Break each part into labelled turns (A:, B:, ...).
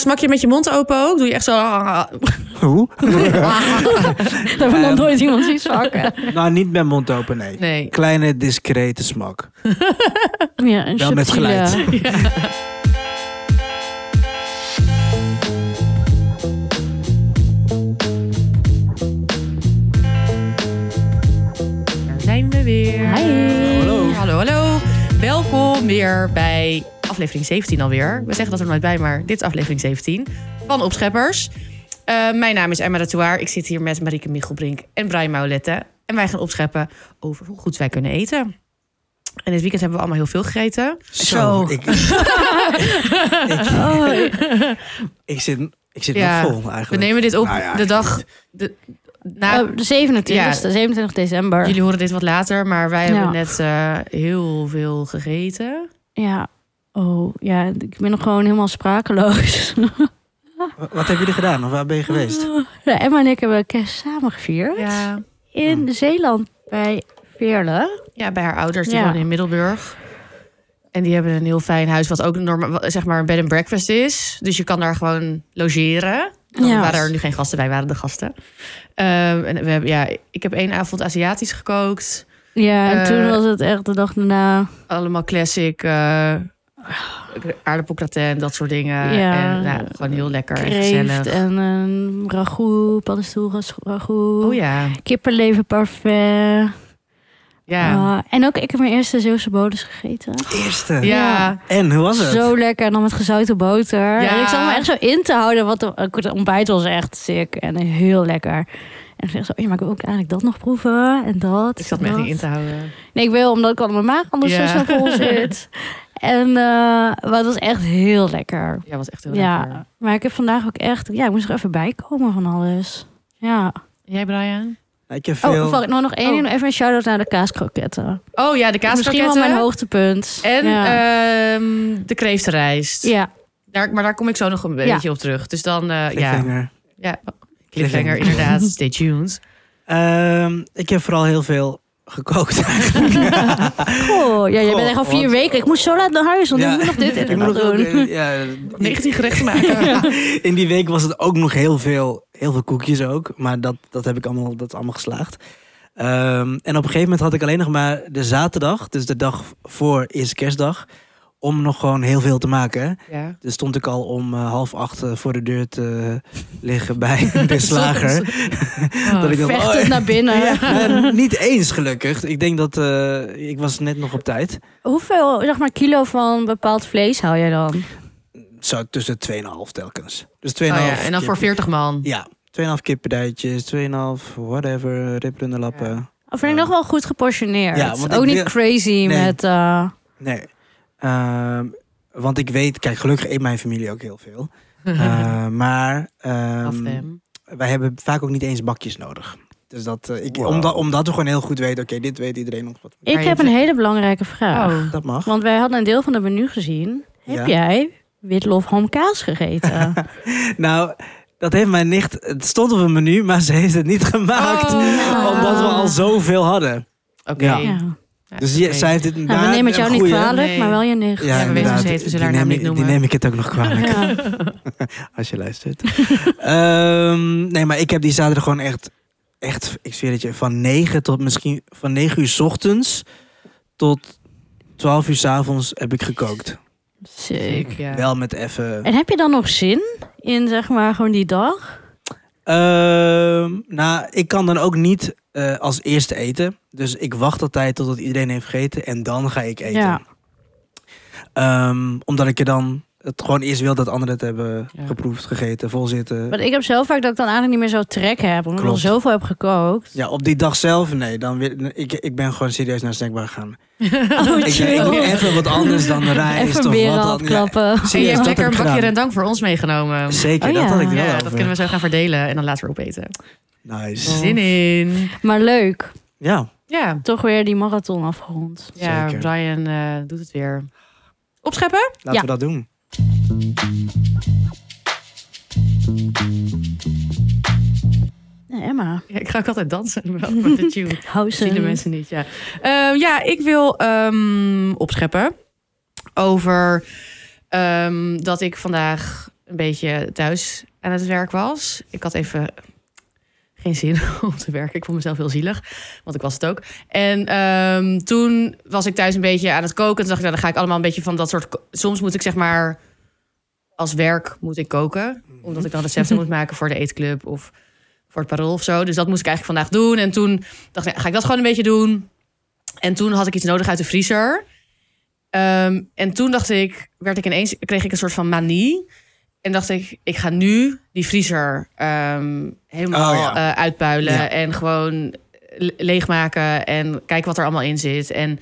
A: smak je met je mond open ook? Doe je echt zo... ah,
B: Hoe?
C: Dat we nog nooit iemand zien zakken.
B: nou, niet met mond open, nee.
A: Nee.
B: Kleine, discrete smak.
C: Ja, een
B: Wel met
C: subtiele-
B: geluid.
A: Daar zijn we weer.
C: Hi.
B: Hallo.
A: Hallo, hallo. Welkom weer bij aflevering 17 alweer. We zeggen dat er nooit bij, maar dit is aflevering 17 van Opscheppers. Eh, mijn naam is Emma de Touaar. Ik zit hier met Marieke Michelbrink en Brian Maulette. En wij gaan opscheppen over hoe goed wij kunnen eten. En dit weekend hebben we allemaal heel veel gegeten.
C: Zo.
B: Ik, ik,
C: Oh,
B: ik zit, ik zit
A: Ja,
B: nog vol
A: We
B: eigenlijk.
A: nemen dit op
B: Nou ja,
A: de dag... De, na,
C: eh, de 27 e 27 december.
A: jullie horen dit wat later, maar wij
C: Ja.
A: hebben net eh, heel veel gegeten.
C: Ja. Oh, ja, ik ben nog gewoon helemaal sprakeloos.
B: Wa- Wat hebben jullie gedaan? Of waar ben je geweest?
C: Ja, Emma en ik hebben kerst samen gevierd.
A: Ja,
C: In Zeeland bij Veerle.
A: ja bij haar ouders, die
C: Ja.
A: wonen in Middelburg. En die hebben een heel fijn huis, wat ook norma- wa- zeg maar een bed and breakfast is. Dus je kan daar gewoon logeren. Dan
C: Ja.
A: waren er nu geen gasten, wij waren de gasten. Ehm, en we hebben, ja, ik heb één avond Aziatisch gekookt.
C: Ja, en
A: Eh,
C: toen was het echt de dag daarna.
A: Allemaal classic, eh aardappelkratin, dat soort dingen.
C: Ja.
A: En, nou, gewoon heel lekker en
C: Kreeft
A: gezellig.
C: en een ragout, paddenstoel ragout.
A: Oh ja,
C: Kippenleven parfait.
A: ja.
C: Ah, en ook, ik heb mijn eerste Zeeuwse bodens gegeten.
B: Eerste.
A: Ja,
B: En, hoe was het?
C: Zo lekker. En dan met gezouten boter.
A: Ja.
C: En ik zat me echt zo in te houden. Want het ontbijt was echt sick. En heel lekker. En ik zeg zo, oh, ja, maar ik wil ook eigenlijk dat nog proeven. En dat.
A: ik zat
C: en
A: me echt
C: dat.
A: niet in te houden.
C: Nee, ik wil, omdat ik al mijn maag anders
A: Ja.
C: zo snel vol zit. En eh, maar het was echt heel lekker.
A: Ja, was echt heel lekker.
C: Ja, maar ik heb vandaag ook echt... Ja, ik moest er even bij komen van alles. Ja.
A: Jij, Brian?
B: Ik heb
C: Oh,
B: veel...
C: wacht, nou nog één
A: Oh.
C: ding. Even een shout-out naar de kaaskroketten.
A: Oh ja, de
C: Misschien wel
A: kaaskroketten.
C: mijn hoogtepunt.
A: En eh,
C: ja.
A: ehm, de kreeftenrijst.
C: ja.
A: Daar, maar daar kom ik zo nog een
C: Ja.
A: beetje op terug. Dus dan, eh ja.
B: Cliffhanger.
A: ja. Oh, Cliffhanger,
B: Cliffhanger.
A: inderdaad. Stay tuned.
B: Ehm, ik heb vooral heel veel gekookt eigenlijk.
C: Oh, ja, jij
B: Goh,
C: bent echt al vier
B: want-
C: weken. Ik moest zo laat naar huis, want
B: Ja.
C: ik moet nog dit en
B: Ik moet
C: dat
B: nog ook,
C: doen.
B: eh, ja,
A: 19 gerechten maken.
B: in die week was het ook nog heel veel, heel veel koekjes ook. Maar dat, dat heb ik allemaal, dat is allemaal geslaagd. Ehm, en op een gegeven moment had ik alleen nog maar de zaterdag, dus de dag voor is kerstdag, om nog gewoon heel veel te maken.
A: ja.
B: Dus stond ik al om eh, half acht eh, voor de deur te liggen bij de slager. dat ik dacht, oh,
C: Vechtend naar binnen.
B: ja, maar niet eens gelukkig. Ik denk dat eh, ik was net nog op tijd.
C: Hoeveel zeg maar, kilo van bepaald vlees haal jij dan?
B: Zo tussen 2,5 telkens. Dus 2,5
A: Oh ja, en dan
B: keer
A: voor 40 man.
B: Ja, 2,5 kippendijtjes, 2,5 whatever, ripperende lappen.
C: Of vind ik
B: Ja.
C: nog wel goed geportioneerd?
B: Ja, want
C: Ook
B: ik
C: niet
B: wil-
C: crazy met... eh,
B: Nee. Ehm, want ik weet, kijk, gelukkig eet mijn familie ook heel veel. Eh, maar ehm,
A: Af hem.
B: wij hebben vaak ook niet eens bakjes nodig. Dus dat, eh, ik,
D: Wow.
B: omdat, omdat we gewoon heel goed weten, oké, dit weet iedereen nog wat.
C: ik
A: Maar je
C: heb een
A: vindt-
C: hele belangrijke vraag.
A: Oh.
B: Dat mag.
C: Want wij hadden een deel van het menu gezien.
B: Ja.
C: Heb jij witlof hamkaas gegeten?
B: Nou, dat heeft mijn nicht, het stond op een menu, maar ze heeft het niet gemaakt.
A: Oh.
B: Omdat we al zoveel hadden.
A: Oké.
B: Ja.
C: ja. Nou,
A: Ja,
B: Dus die-
A: oké.
B: zij heeft het
C: we nemen het jou niet kwalijk,
A: Nee.
C: maar wel je
A: Ja,
C: nicht.
A: we weten hoe
B: inderdaad.
A: ze heet, we zullen
B: Die
A: haar
B: neem
A: naam
B: ik-
A: niet noemen.
B: Die neem ik het ook nog kwalijk.
C: Ja.
B: als je luistert. Ehm, nee, maar ik heb die zaterdag gewoon echt, echt, ik zweer het je, van 9 tot misschien van 9 uur 's ochtends tot 12 uur 's avonds heb ik gekookt.
C: Sick.
A: Ja.
B: Wel met even.
C: En heb je dan nog zin in, zeg maar, gewoon die dag?
B: Ehm, nou, ik kan dan ook niet eh, als eerste eten. Dus ik wacht altijd totdat iedereen heeft gegeten en dan ga ik eten.
C: Ja.
B: Ehm, omdat ik er dan het gewoon eerst wil dat anderen het hebben
A: Ja.
B: geproefd, gegeten, volzitten.
C: Want ik heb zelf vaak dat ik dan eigenlijk niet meer zo trek heb. Omdat ik al
B: Klopt.
C: zoveel heb gekookt.
B: Ja, op die dag zelf, nee. Dan weer, ik, ik ben gewoon serieus naar snackbar gegaan.
C: Oh,
B: Ik, ik moet even wat anders dan rijst
C: Even
B: of
C: beren
B: wat dan. ja.
C: afklappen.
A: Oh, je
B: serieus,
A: hebt
B: dat
A: lekker
B: heb
A: een bakje
B: ik gedaan.
A: rendang voor ons meegenomen.
B: Zeker,
C: Oh,
B: dat
C: ja.
B: had ik er wel
A: Ja,
B: over.
A: dat kunnen we zo gaan verdelen en dan later opeten.
B: Nice.
A: Zin in.
C: Maar leuk.
B: Ja,
A: Ja,
C: Toch weer die marathon afgerond.
A: ja
B: Zeker.
A: Brian eh, doet het weer. Opscheppen?
B: laten
C: Ja.
B: we dat doen.
C: Ja, Emma,
A: Ja, ik ga ook altijd dansen wel met de tune.
C: hou
A: Dat zien de
C: ze.
A: mensen niet, ja. Ehm, ja, ik wil ehm, opscheppen over ehm, dat ik vandaag een een beetje thuis aan het werk was. Ik had even geen zin om te werken. Ik vond mezelf heel zielig, want ik was het ook. En ehm, toen was ik thuis een beetje aan het koken. Toen dacht ik, nou, dan ga ik allemaal een beetje van dat soort... ko- Soms moet ik zeg maar... Als werk moet ik koken.
B: Mhm.
A: Omdat ik dan recepten moet maken voor de eetclub of voor het parool of zo. Dus dat moest ik eigenlijk vandaag doen. En toen dacht ik, nou, ga ik dat gewoon een beetje doen. En toen had ik iets nodig uit de vriezer. Ehm, en toen dacht ik, werd ik ineens, kreeg ik een soort van manie. En dacht ik, ik ga nu die vriezer ehm, helemaal
B: Oh, ja.
A: eh, uitpuilen.
B: Ja.
A: En gewoon le- leegmaken en kijken wat er allemaal in zit. En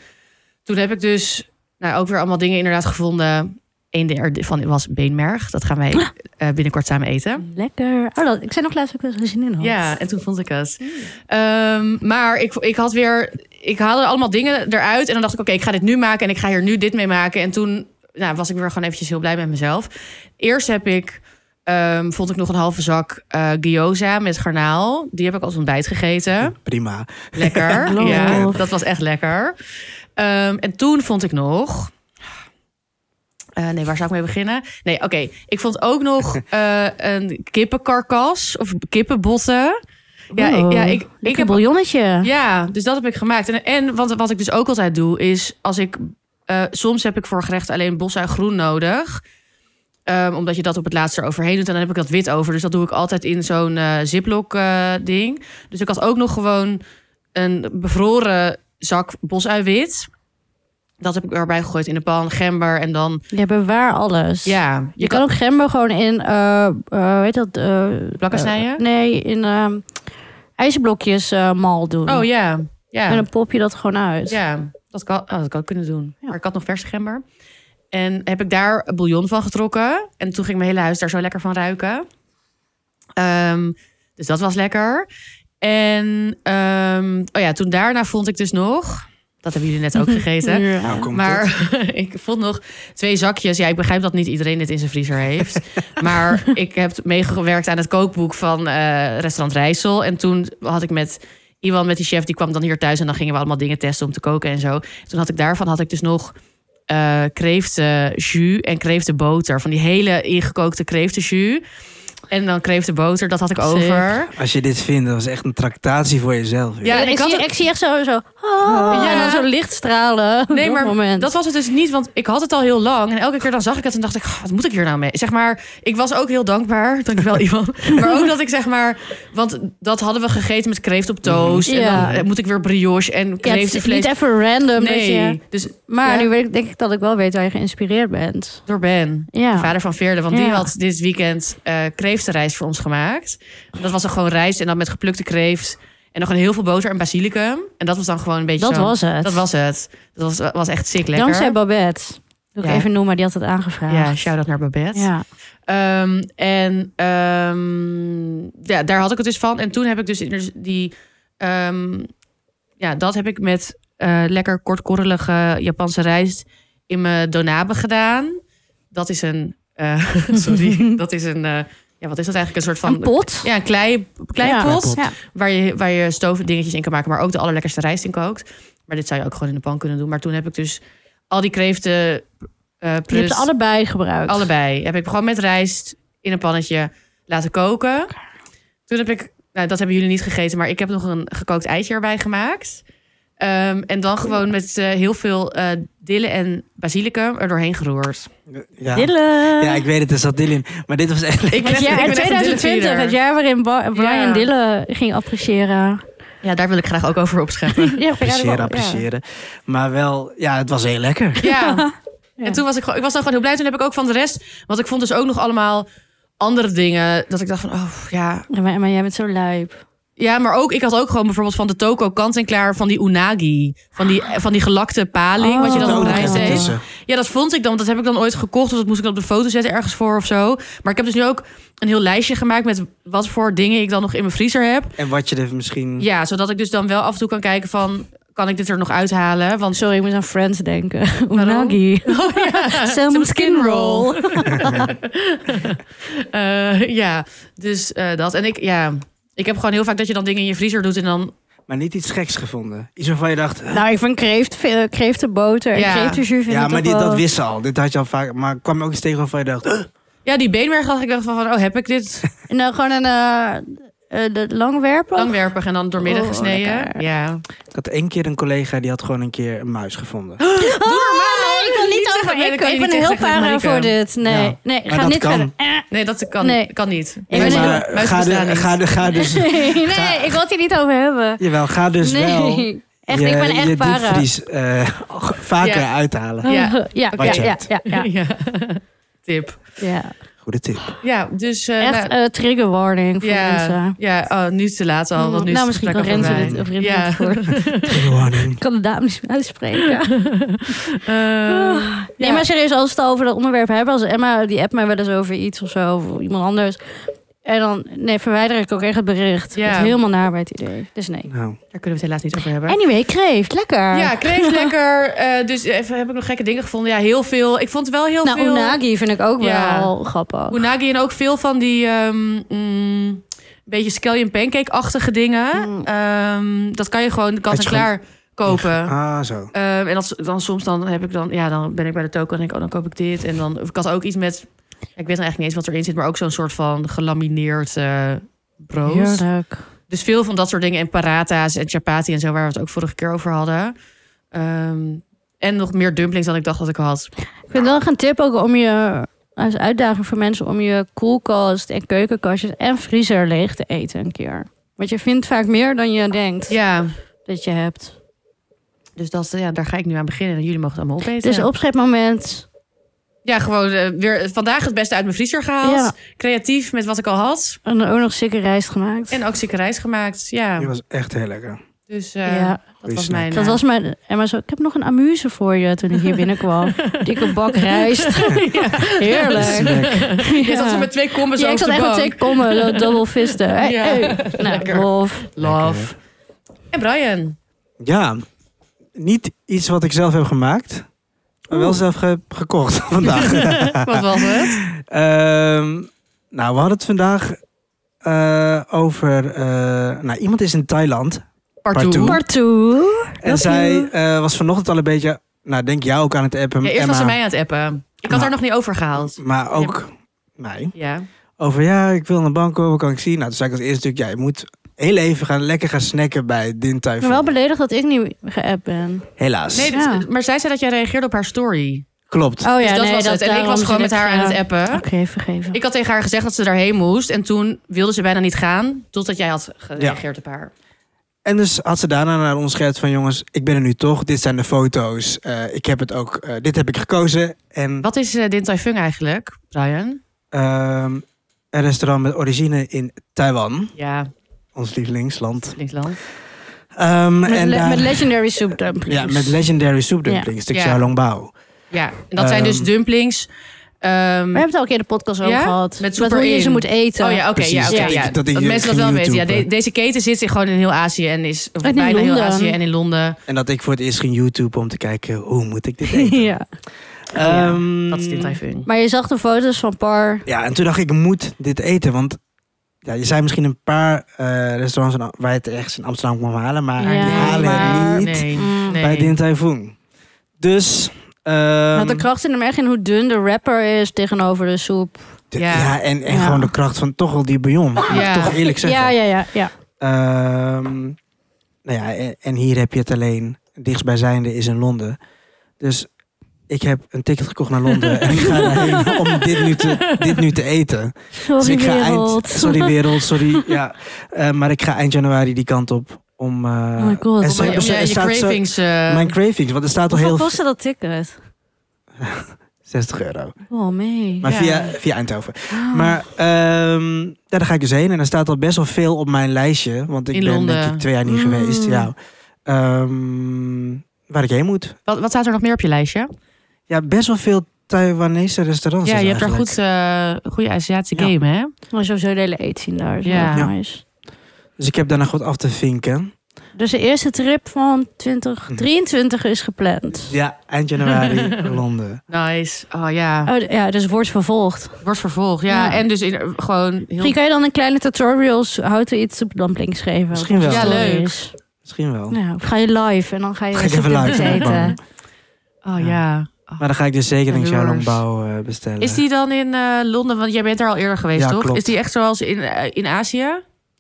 A: toen heb ik dus nou, ook weer allemaal dingen inderdaad gevonden. Eén daarvan was beenmerg. Dat gaan wij eh, binnenkort samen eten.
C: Lekker. Oh, dat, ik zei nog laatst ook wel eens zin in had.
A: Ja, en toen vond ik het. Ehm, maar ik, ik had weer. Ik haalde allemaal dingen eruit. En dan dacht ik, oké, ik ga dit nu maken. En ik ga hier nu dit mee maken. En toen nou, was ik weer gewoon eventjes heel blij met mezelf. Eerst heb ik. ehm, vond ik nog een halve zak eh gyoza met garnaal. Die heb ik als ontbijt gegeten.
B: Prima.
A: Lekker.
C: Love.
A: ja, dat was echt lekker. Ehm, en toen vond ik nog. Eh, nee, waar zou ik mee beginnen? Nee, oké. Ik vond ook nog eh, een kippenkarkas of kippenbotten. Ja,
C: Wow.
A: ik, ja, ik,
C: Lekker
A: ik heb
C: bouillonnetje.
A: ja, dus dat heb ik gemaakt. En, en wat, wat ik dus ook altijd doe, is als ik. eh, soms heb ik voor gerecht alleen bosui groen nodig. Ehm, omdat je dat op het laatst eroverheen doet. En dan heb ik dat wit over. Dus dat doe ik altijd in zo'n eh ziplock eh, ding. Dus ik had ook nog gewoon een bevroren zak bosui wit. Dat heb ik erbij gegooid in de pan. Gember en dan...
C: Je bewaar alles.
A: Ja, je,
C: Je
A: kan,
C: kan ook gember gewoon in, eh eh, hoe heet dat? eh,
A: plakken snijden.
C: eh, nee, in ehm, ijsblokjes eh, mal doen.
A: Oh ja, ja.
C: En dan pop je dat gewoon uit.
A: Ja, dat kan, oh, dat kan ik kunnen doen. Maar ik had nog verse gember. En heb ik daar bouillon van getrokken. En toen ging mijn hele huis daar zo lekker van ruiken. Ehm, dus dat was lekker. En ehm, oh ja, toen daarna vond ik dus nog... Dat hebben jullie net ook gegeten.
C: oh.
B: Nou, komt het.
A: Maar ik vond nog twee zakjes. Ja, ik begrijp dat niet iedereen dit in zijn vriezer heeft. maar ik heb meegewerkt aan het kookboek van eh, restaurant Rijssel. En toen had ik met Iwan, met die chef, die kwam dan hier thuis. En dan gingen we allemaal dingen testen om te koken en zo. Toen had ik daarvan had ik dus nog eh kreeftenjus en kreeftenboter. Van die hele ingekookte kreeftenjus. En dan kreeftenboter, dat had ik
C: Sick.
A: over.
B: Als je dit vindt, dat is echt een tractatie voor jezelf. joh.
A: Ja,
C: En
A: en
C: ik,
A: ik had
C: zie,
A: het-
C: ik zie echt zo, zo, oh,
A: Ja.
C: en dan zo licht stralen.
A: Nee,
C: Op
A: maar
C: dat moment.
A: dat was het dus niet, want ik had het al heel lang. En elke keer dan zag ik het en dacht ik, "Ah, wat moet ik hier nou mee? Zeg maar, ik was ook heel dankbaar. Dankjewel, Ivan. maar ook dat ik zeg maar, want dat hadden we gegeten met kreeft op toast. En
C: Mhm. Ja.
A: dan eh, moet ik weer brioche en
C: ja, het is niet
A: kreeftenvlees.
C: even random. dat
A: nee,
C: je-
A: dus
C: maar
A: Ja.
C: nu weet ik, denk ik dat ik wel weet waar je geïnspireerd bent.
A: door Ben.
C: Ja.
A: Vader van Veerle, want die
C: Ja.
A: had dit weekend eh kreeftenrijst voor ons gemaakt. Dat was dan gewoon rijst en dan met geplukte kreeft. En nog een heel veel boter en basilicum. En dat was dan gewoon een beetje
C: Dat
A: zo-
C: was het.
A: Dat was het. Dat was, was echt sick lekker.
C: Dankzij Babette. Doe ik
A: Ja.
C: even noemen, die had het aangevraagd.
A: ja, shout-out naar Babette.
C: Ja.
A: Ehm, en ehm, ja, daar had ik het dus van. En toen heb ik dus inder- die... ehm, ja, dat heb ik met eh, lekker kortkorrelige Japanse rijst in mijn donabe gedaan. Dat is een... eh, sorry, dat is een... eh, ja, wat is dat eigenlijk? Een soort van...
C: Een pot.
A: Ja, een klei,
C: Ja.
A: kleipot.
C: Ja.
A: Waar je, waar je stoofdingetjes in kan maken, maar ook de allerlekkerste rijst in kookt. Maar dit zou je ook gewoon in de pan kunnen doen. Maar toen heb ik dus al die kreeften... eh
C: Je hebt
A: plus-
C: ze allebei gebruikt.
A: Allebei. Heb ik gewoon met rijst in een pannetje laten koken. Toen heb ik, nou dat hebben jullie niet gegeten, maar ik heb nog een gekookt eitje erbij gemaakt. Ehm, en dan gewoon met eh, heel veel eh dille en basilicum er doorheen geroerd.
B: Ja.
C: Dillen.
B: Ja, ik weet het, er zat Dylan. Maar dit was echt...
A: Ik ben
C: Het jaar,
A: echt- ik ben echt een
C: 2020,
A: dillevierder.
C: het jaar waarin Ba- Brian
A: Ja.
C: Dille ging appreciëren.
A: Ja, daar wil ik graag ook over opscheppen.
C: Ja,
B: appreciëren, appreciëren. Maar wel, ja, het was heel lekker.
A: Ja. En toen was ik, gewoon- ik was dan gewoon heel blij. Toen heb ik ook van de rest, want ik vond dus ook nog allemaal andere dingen. Dat ik dacht van, oh ja,
C: Maar, maar jij bent zo luip.
A: Ja, maar ook, ik had ook gewoon bijvoorbeeld van de toko kant-en-klaar van die unagi. Van die, van die gelakte paling, wat je
C: Oh.
A: dan op
B: Ook nog
A: rijst
B: even
C: heeft.
A: eet.
B: tussen.
A: Ja, dat vond ik dan, want dat heb ik dan ooit gekocht. Dus dat moest ik dan op de foto zetten ergens voor of zo. Maar ik heb dus nu ook een heel lijstje gemaakt met wat voor dingen ik dan nog in mijn vriezer
C: Mm.
A: heb.
B: En wat je er misschien...
A: Ja, zodat ik dus dan wel af en toe kan kijken van, kan ik dit er nog uithalen? Want
C: Sorry, ik moet aan Friends denken.
A: Waarom?
C: Unagi.
A: Oh ja,
C: Salmon skin roll.
A: Eh, ja, dus eh, dat. En ik, ja, ik heb gewoon heel vaak dat je dan dingen in je vriezer doet en dan...
B: Maar niet iets geks gevonden. Iets waarvan je dacht...
C: Nou, ik vind kreeft, veel- kreeftenboter en
A: Ja.
C: kreeftenjus vind
B: Ja,
C: ik
B: maar
C: toch
B: die, dat
C: wel-
B: wist ze al. Dit had je al vaak. Maar kwam je ook eens tegen waarvan je dacht... "Huh,
A: Ja, die beenmerg had ik dacht van, van, oh, heb ik dit
C: En dan Nou, gewoon een eh, eh, de langwerper?
A: langwerpig en dan doormidden
C: Oh,
A: gesneden?
C: lekker.
A: Ja.
B: Ik had één keer een collega die had gewoon een keer een muis gevonden.
C: Oh, nee, ik wil
A: Niet
C: niet
A: zeggen,
C: over.
A: nee,
C: Ik,
A: dat kan je
C: ik ben
A: niet
C: er heel
A: echt zeggen tegen
C: para voor
A: Marieke.
C: dit. Nee,
B: Ja.
C: nee,
B: Maar
C: ga
B: dat
C: niet
B: kan.
C: verder. Eh,
A: Nee, dat kan,
C: Nee.
A: kan niet.
C: Nee,
A: Muizen-
C: maar
A: muizen
B: ga,
A: bestaan
B: de,
A: niet.
B: ga, de, ga dus...
C: Eh, Nee, nee, ik wil het hier niet over hebben.
B: Jawel, ga dus
C: nee,
B: wel
C: echt,
B: je,
C: ik ben echt
B: je
C: para.
B: diepvries eh, vaker
A: Ja.
B: uithalen.
A: Ja.
C: Ja, ja,
A: Oké.
C: ja, ja, ja, ja,
A: Ja. Tip.
C: ja.
B: Goede tip.
A: Ja, dus... eh, nou-
C: Echt eh, trigger warning voor
A: Ja,
C: mensen.
A: ja oh, nu is het te laat al. Want nu is het
C: nou, misschien kan
A: gesprek al
C: Renze
A: voorbij.
C: dit of Renze
A: Ja.
C: dit voor.
B: Warning.
C: Ik kan de naam niet meer uitspreken.
A: Eh,
C: Nee,
A: ja.
C: maar serieus, als we het al over dat onderwerp hebben, als Emma die appt mij wel eens over iets of zo, of iemand anders, en dan nee, verwijder ik ook echt het bericht.
A: Ja.
C: Het is helemaal naar bij het idee. Dus nee.
B: Nou,
A: Daar kunnen we het helaas niet over hebben.
C: Anyway, kreeft, lekker.
A: Ja, kreeg lekker. Eh, dus even, heb ik nog gekke dingen gevonden. Ja, heel veel. Ik vond wel heel
C: nou,
A: veel.
C: unagi vind ik ook
A: Ja.
C: wel grappig.
A: Unagi en ook veel van die... ehm, mm, beetje scallion pancake-achtige dingen.
C: Mm.
A: Ehm, dat kan je gewoon
B: Had je
A: kant-en-klaar kopen.
B: ah, zo.
A: Ehm, en dat, dan soms dan heb ik dan, ja, dan ben ik bij de toko en denk ik, oh, dan koop ik dit. En dan, of ik had ook iets met, ik weet dan eigenlijk niet eens wat erin zit, maar ook zo'n soort van gelamineerd eh brood.
C: Heerlijk.
A: Dus veel van dat soort dingen. En paratha's en chapati en zo, waar we het ook vorige keer over hadden. Ehm, en nog meer dumplings dan ik dacht dat ik had.
C: Ik vind wel een tip ook om je als uitdaging voor mensen om je koelkast en keukenkastjes en vriezer leeg te eten een keer. Want je vindt vaak meer dan je denkt
A: Ja,
C: dat je hebt.
A: dus dat, ja, daar ga ik nu aan beginnen. En jullie mogen het allemaal opeten.
C: Dus opschepmoment.
A: Ja, gewoon eh, weer vandaag het beste uit mijn vriezer gehaald.
C: Ja.
A: Creatief met wat ik al had.
C: En dan ook nog sikke rijst gemaakt.
A: En ook zieke reis gemaakt. Ja,
B: Die was echt heel lekker.
A: dus eh,
C: ja,
A: dat
B: Goeie
A: was
B: snack.
A: mijn...
C: dat
A: eh,
C: was mijn. Emma zo. Ik heb nog een amuse voor je toen ik hier binnenkwam. Dikke bak rijst. Heerlijk.
B: Snack.
A: Je zat
C: Ja.
A: zo met twee kommen
C: Ja,
A: zo
C: ik
A: op
C: zat
A: de
C: echt met
A: bank.
C: twee kommen, zo dubbel visten. Hey,
A: Ja,
C: hey. Nou,
A: lekker.
C: lof.
A: Love. En Brian.
B: Ja, niet iets wat ik zelf heb gemaakt, maar wel
A: Oeh.
B: zelf ge- gekocht vandaag.
A: Wat was het?
B: Ehm, nou, we hadden het vandaag eh, over. eh, nou, iemand is in Thailand. Partout.
A: Partout.
C: Partout.
B: En zij eh, was vanochtend al een beetje. Nou, denk jou ook aan het appen.
A: Ja, eerst was
B: Emma, Nou.
A: ze mij aan het appen. Ik had
B: Maar-
A: haar nog niet overgehaald.
B: Maar ook mij.
A: Ja.
B: Over ja, ik wil naar Bangkok, wat kan ik zien? Nou, toen zei ik als eerste natuurlijk, ja, je moet heel even gaan lekker gaan snacken bij Din Tai
C: Ik
B: Fung.
C: ben wel beledigd dat ik niet geappt ben.
B: Helaas.
A: Nee,
C: Ja.
A: dus- maar zij zei dat jij reageerde op haar story.
B: Klopt.
C: Oh
A: dus dat
C: nee,
A: was het. En ik
C: daarom
A: was gewoon
C: zit
A: met
C: ik,
A: haar aan
C: ja.
A: het appen.
C: Oké, vergeven.
A: Ik had tegen haar gezegd dat ze daarheen moest. En toen wilde ze bijna niet gaan. Totdat jij had gereageerd op haar.
B: En dus had ze daarna naar ons gered van jongens, ik ben er nu toch. Dit zijn de foto's. Eh, ik heb het ook, eh, dit heb ik gekozen. En
A: Wat is eh, Din Tai Fung eigenlijk, Brian?
B: ehm, een restaurant met origine in Taiwan,
A: Ja,
B: ons lievelingsland.
A: Linksland.
B: Ehm,
C: met,
B: en
C: le-
B: daar-
C: met legendary soup dumplings.
B: ja, met legendary soup dumplings, stuk
A: Ja.
B: Xiaolongbao.
A: Ja, en dat zijn dus
B: Ehm.
A: dumplings. Ehm,
C: We hebben het al een keer in de podcast over
A: Ja?
C: gehad.
A: Met soep
C: Wat hoe je
A: erin.
C: ze moet eten.
A: Oh ja, oké.
B: Precies,
A: ja, oké,
B: dat ik-
A: ja.
B: dat ik
A: mensen dat
B: ging
A: wel weten. Ja,
B: YouTuben.
A: de- deze keten zit zich gewoon in heel Azië en is of
C: En in
A: bijna heel
C: Londen.
A: Azië en in Londen.
B: En dat ik voor het eerst ging YouTube om te kijken, hoe moet ik dit eten?
C: Ja.
A: ja,
B: Ehm,
A: Dat is dit typhoon.
C: Maar je zag de foto's van Par.
B: Ja, en toen dacht ik, ik moet dit eten. Want ja, je zijn misschien een paar eh, restaurants in- waar je het ergens in Amsterdam kon halen. Maar
C: Ja,
B: die halen
C: maar-
B: het niet
A: Nee,
C: Mm.
A: nee.
B: bij Din Tai Fung. Dus... ehm,
C: had de kracht in hem echt in hoe dun de wrapper is tegenover de soep.
B: de-
A: Ja.
B: ja. en, en
C: Ja.
B: gewoon de kracht van toch wel die bouillon. Moet
A: Ja.
B: ik toch eerlijk zeggen.
C: Ja, ja, ja. ja.
B: Ehm, nou ja, en, en hier heb je het alleen. Het Dichtstbijzijnde is in Londen. Dus ik heb een ticket gekocht naar Londen. en ik ga daarheen om dit nu te, dit nu te eten. Dus
C: Sorry
B: ik ga
C: wereld.
B: Eind, sorry wereld, sorry. ja. Eh, maar ik ga eind januari die kant op om... eh,
C: Oh my god.
B: en
A: Om
B: ze-
A: je- om
B: ze-
A: je,
B: er
A: je
B: staat zo-
A: cravings. eh,
B: mijn cravings, want er staat al
C: Hoeveel
B: heel...
C: kostte dat ticket?
B: 60 euro.
C: Oh, Ah, mee.
B: Maar
A: Ja.
B: via, via Eindhoven.
A: Ah.
B: Maar ehm, ja, daar ga ik dus heen. En er staat al best wel veel op mijn lijstje. Want ik
A: In
B: ben
A: Londen.
B: denk ik twee jaar niet
C: Mm.
B: geweest. Ja. Ehm, waar ik heen moet.
A: wat, wat staat er nog meer op je lijstje?
B: Ja, best wel veel Taiwanese restaurants.
A: Ja,
B: dus
A: je hebt daar
B: eigenlijk.
A: goed, eh, goede Aziatische
B: Ja.
A: game, hè?
C: Maar sowieso de hele eetzien daar. is
A: Ja.
C: wel
B: Ja.
C: Nice.
B: Dus ik heb daar nog wat af te vinken.
C: Dus de eerste trip van 2023 is gepland.
B: Ja, eind januari Londen.
A: Nice. Oh ja.
C: Oh, d- ja, dus wordt vervolgd.
A: Wordt vervolgd. Ja,
C: Ja.
A: en dus in, gewoon heel...
C: Misschien kan je dan een kleine tutorials how to eat soep dumplings geven.
B: Misschien wel.
A: Ja, leuk.
C: Stories.
B: Misschien wel.
C: Nou, ga je live en dan ga je
B: Ga ik
C: soep
B: even live
C: dumplings
B: doen,
C: eten.
B: man.
A: Oh ja.
B: Maar dan ga ik dus zeker een
A: Jaloers.
B: Xiaolongbao eh, bestellen.
A: Is die dan in eh, Londen? Want jij bent er al eerder geweest,
B: Ja,
A: toch?
B: klopt.
A: Is die echt zoals in, eh, in Azië?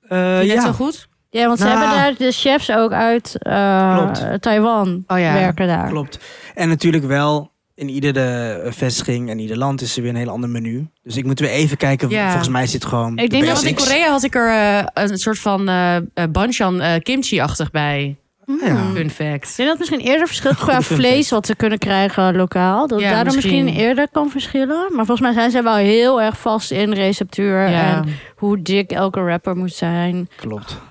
B: Eh,
A: Net
B: ja.
A: zo goed?
C: Ja, want ze
B: Nou.
C: hebben daar de chefs ook uit eh,
B: Klopt.
C: Taiwan
A: Oh ja.
C: werken daar.
B: Klopt. En natuurlijk wel, in iedere vestiging en ieder land is er weer een heel ander menu. Dus ik moet weer even kijken.
A: Ja.
B: Volgens mij zit gewoon.
C: Ik
B: de
C: denk
A: Ja,
C: dat
A: want in
B: basics.
A: Korea had ik er eh, een soort van eh eh, banchan eh, kimchi-achtig bij.
B: Ah, ja.
C: Hmm.
A: Fun
C: Ik
A: fact.
C: denk dat het misschien eerder verschilt qua
B: Goeie fun
C: vlees
B: fact.
C: wat ze kunnen krijgen lokaal. Dat het
A: Ja,
C: daardoor misschien.
A: misschien.
C: eerder kan verschillen. Maar volgens mij zijn ze wel heel erg vast in receptuur.
A: Ja.
C: En hoe dik elke rapper moet zijn.
B: Klopt. Ah.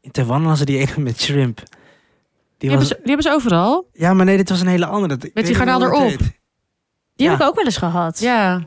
B: In Taiwan hadden ze die ene met shrimp. Die
A: Die,
B: was,
A: hebben ze, die hebben ze overal.
B: Ja, maar nee, dit was een hele andere. Ik weet
A: die
B: niet
A: garnaal
B: hoe het
A: erop.
B: heet.
C: Die heb
B: Ja.
C: ik ook wel eens gehad.
A: Ja.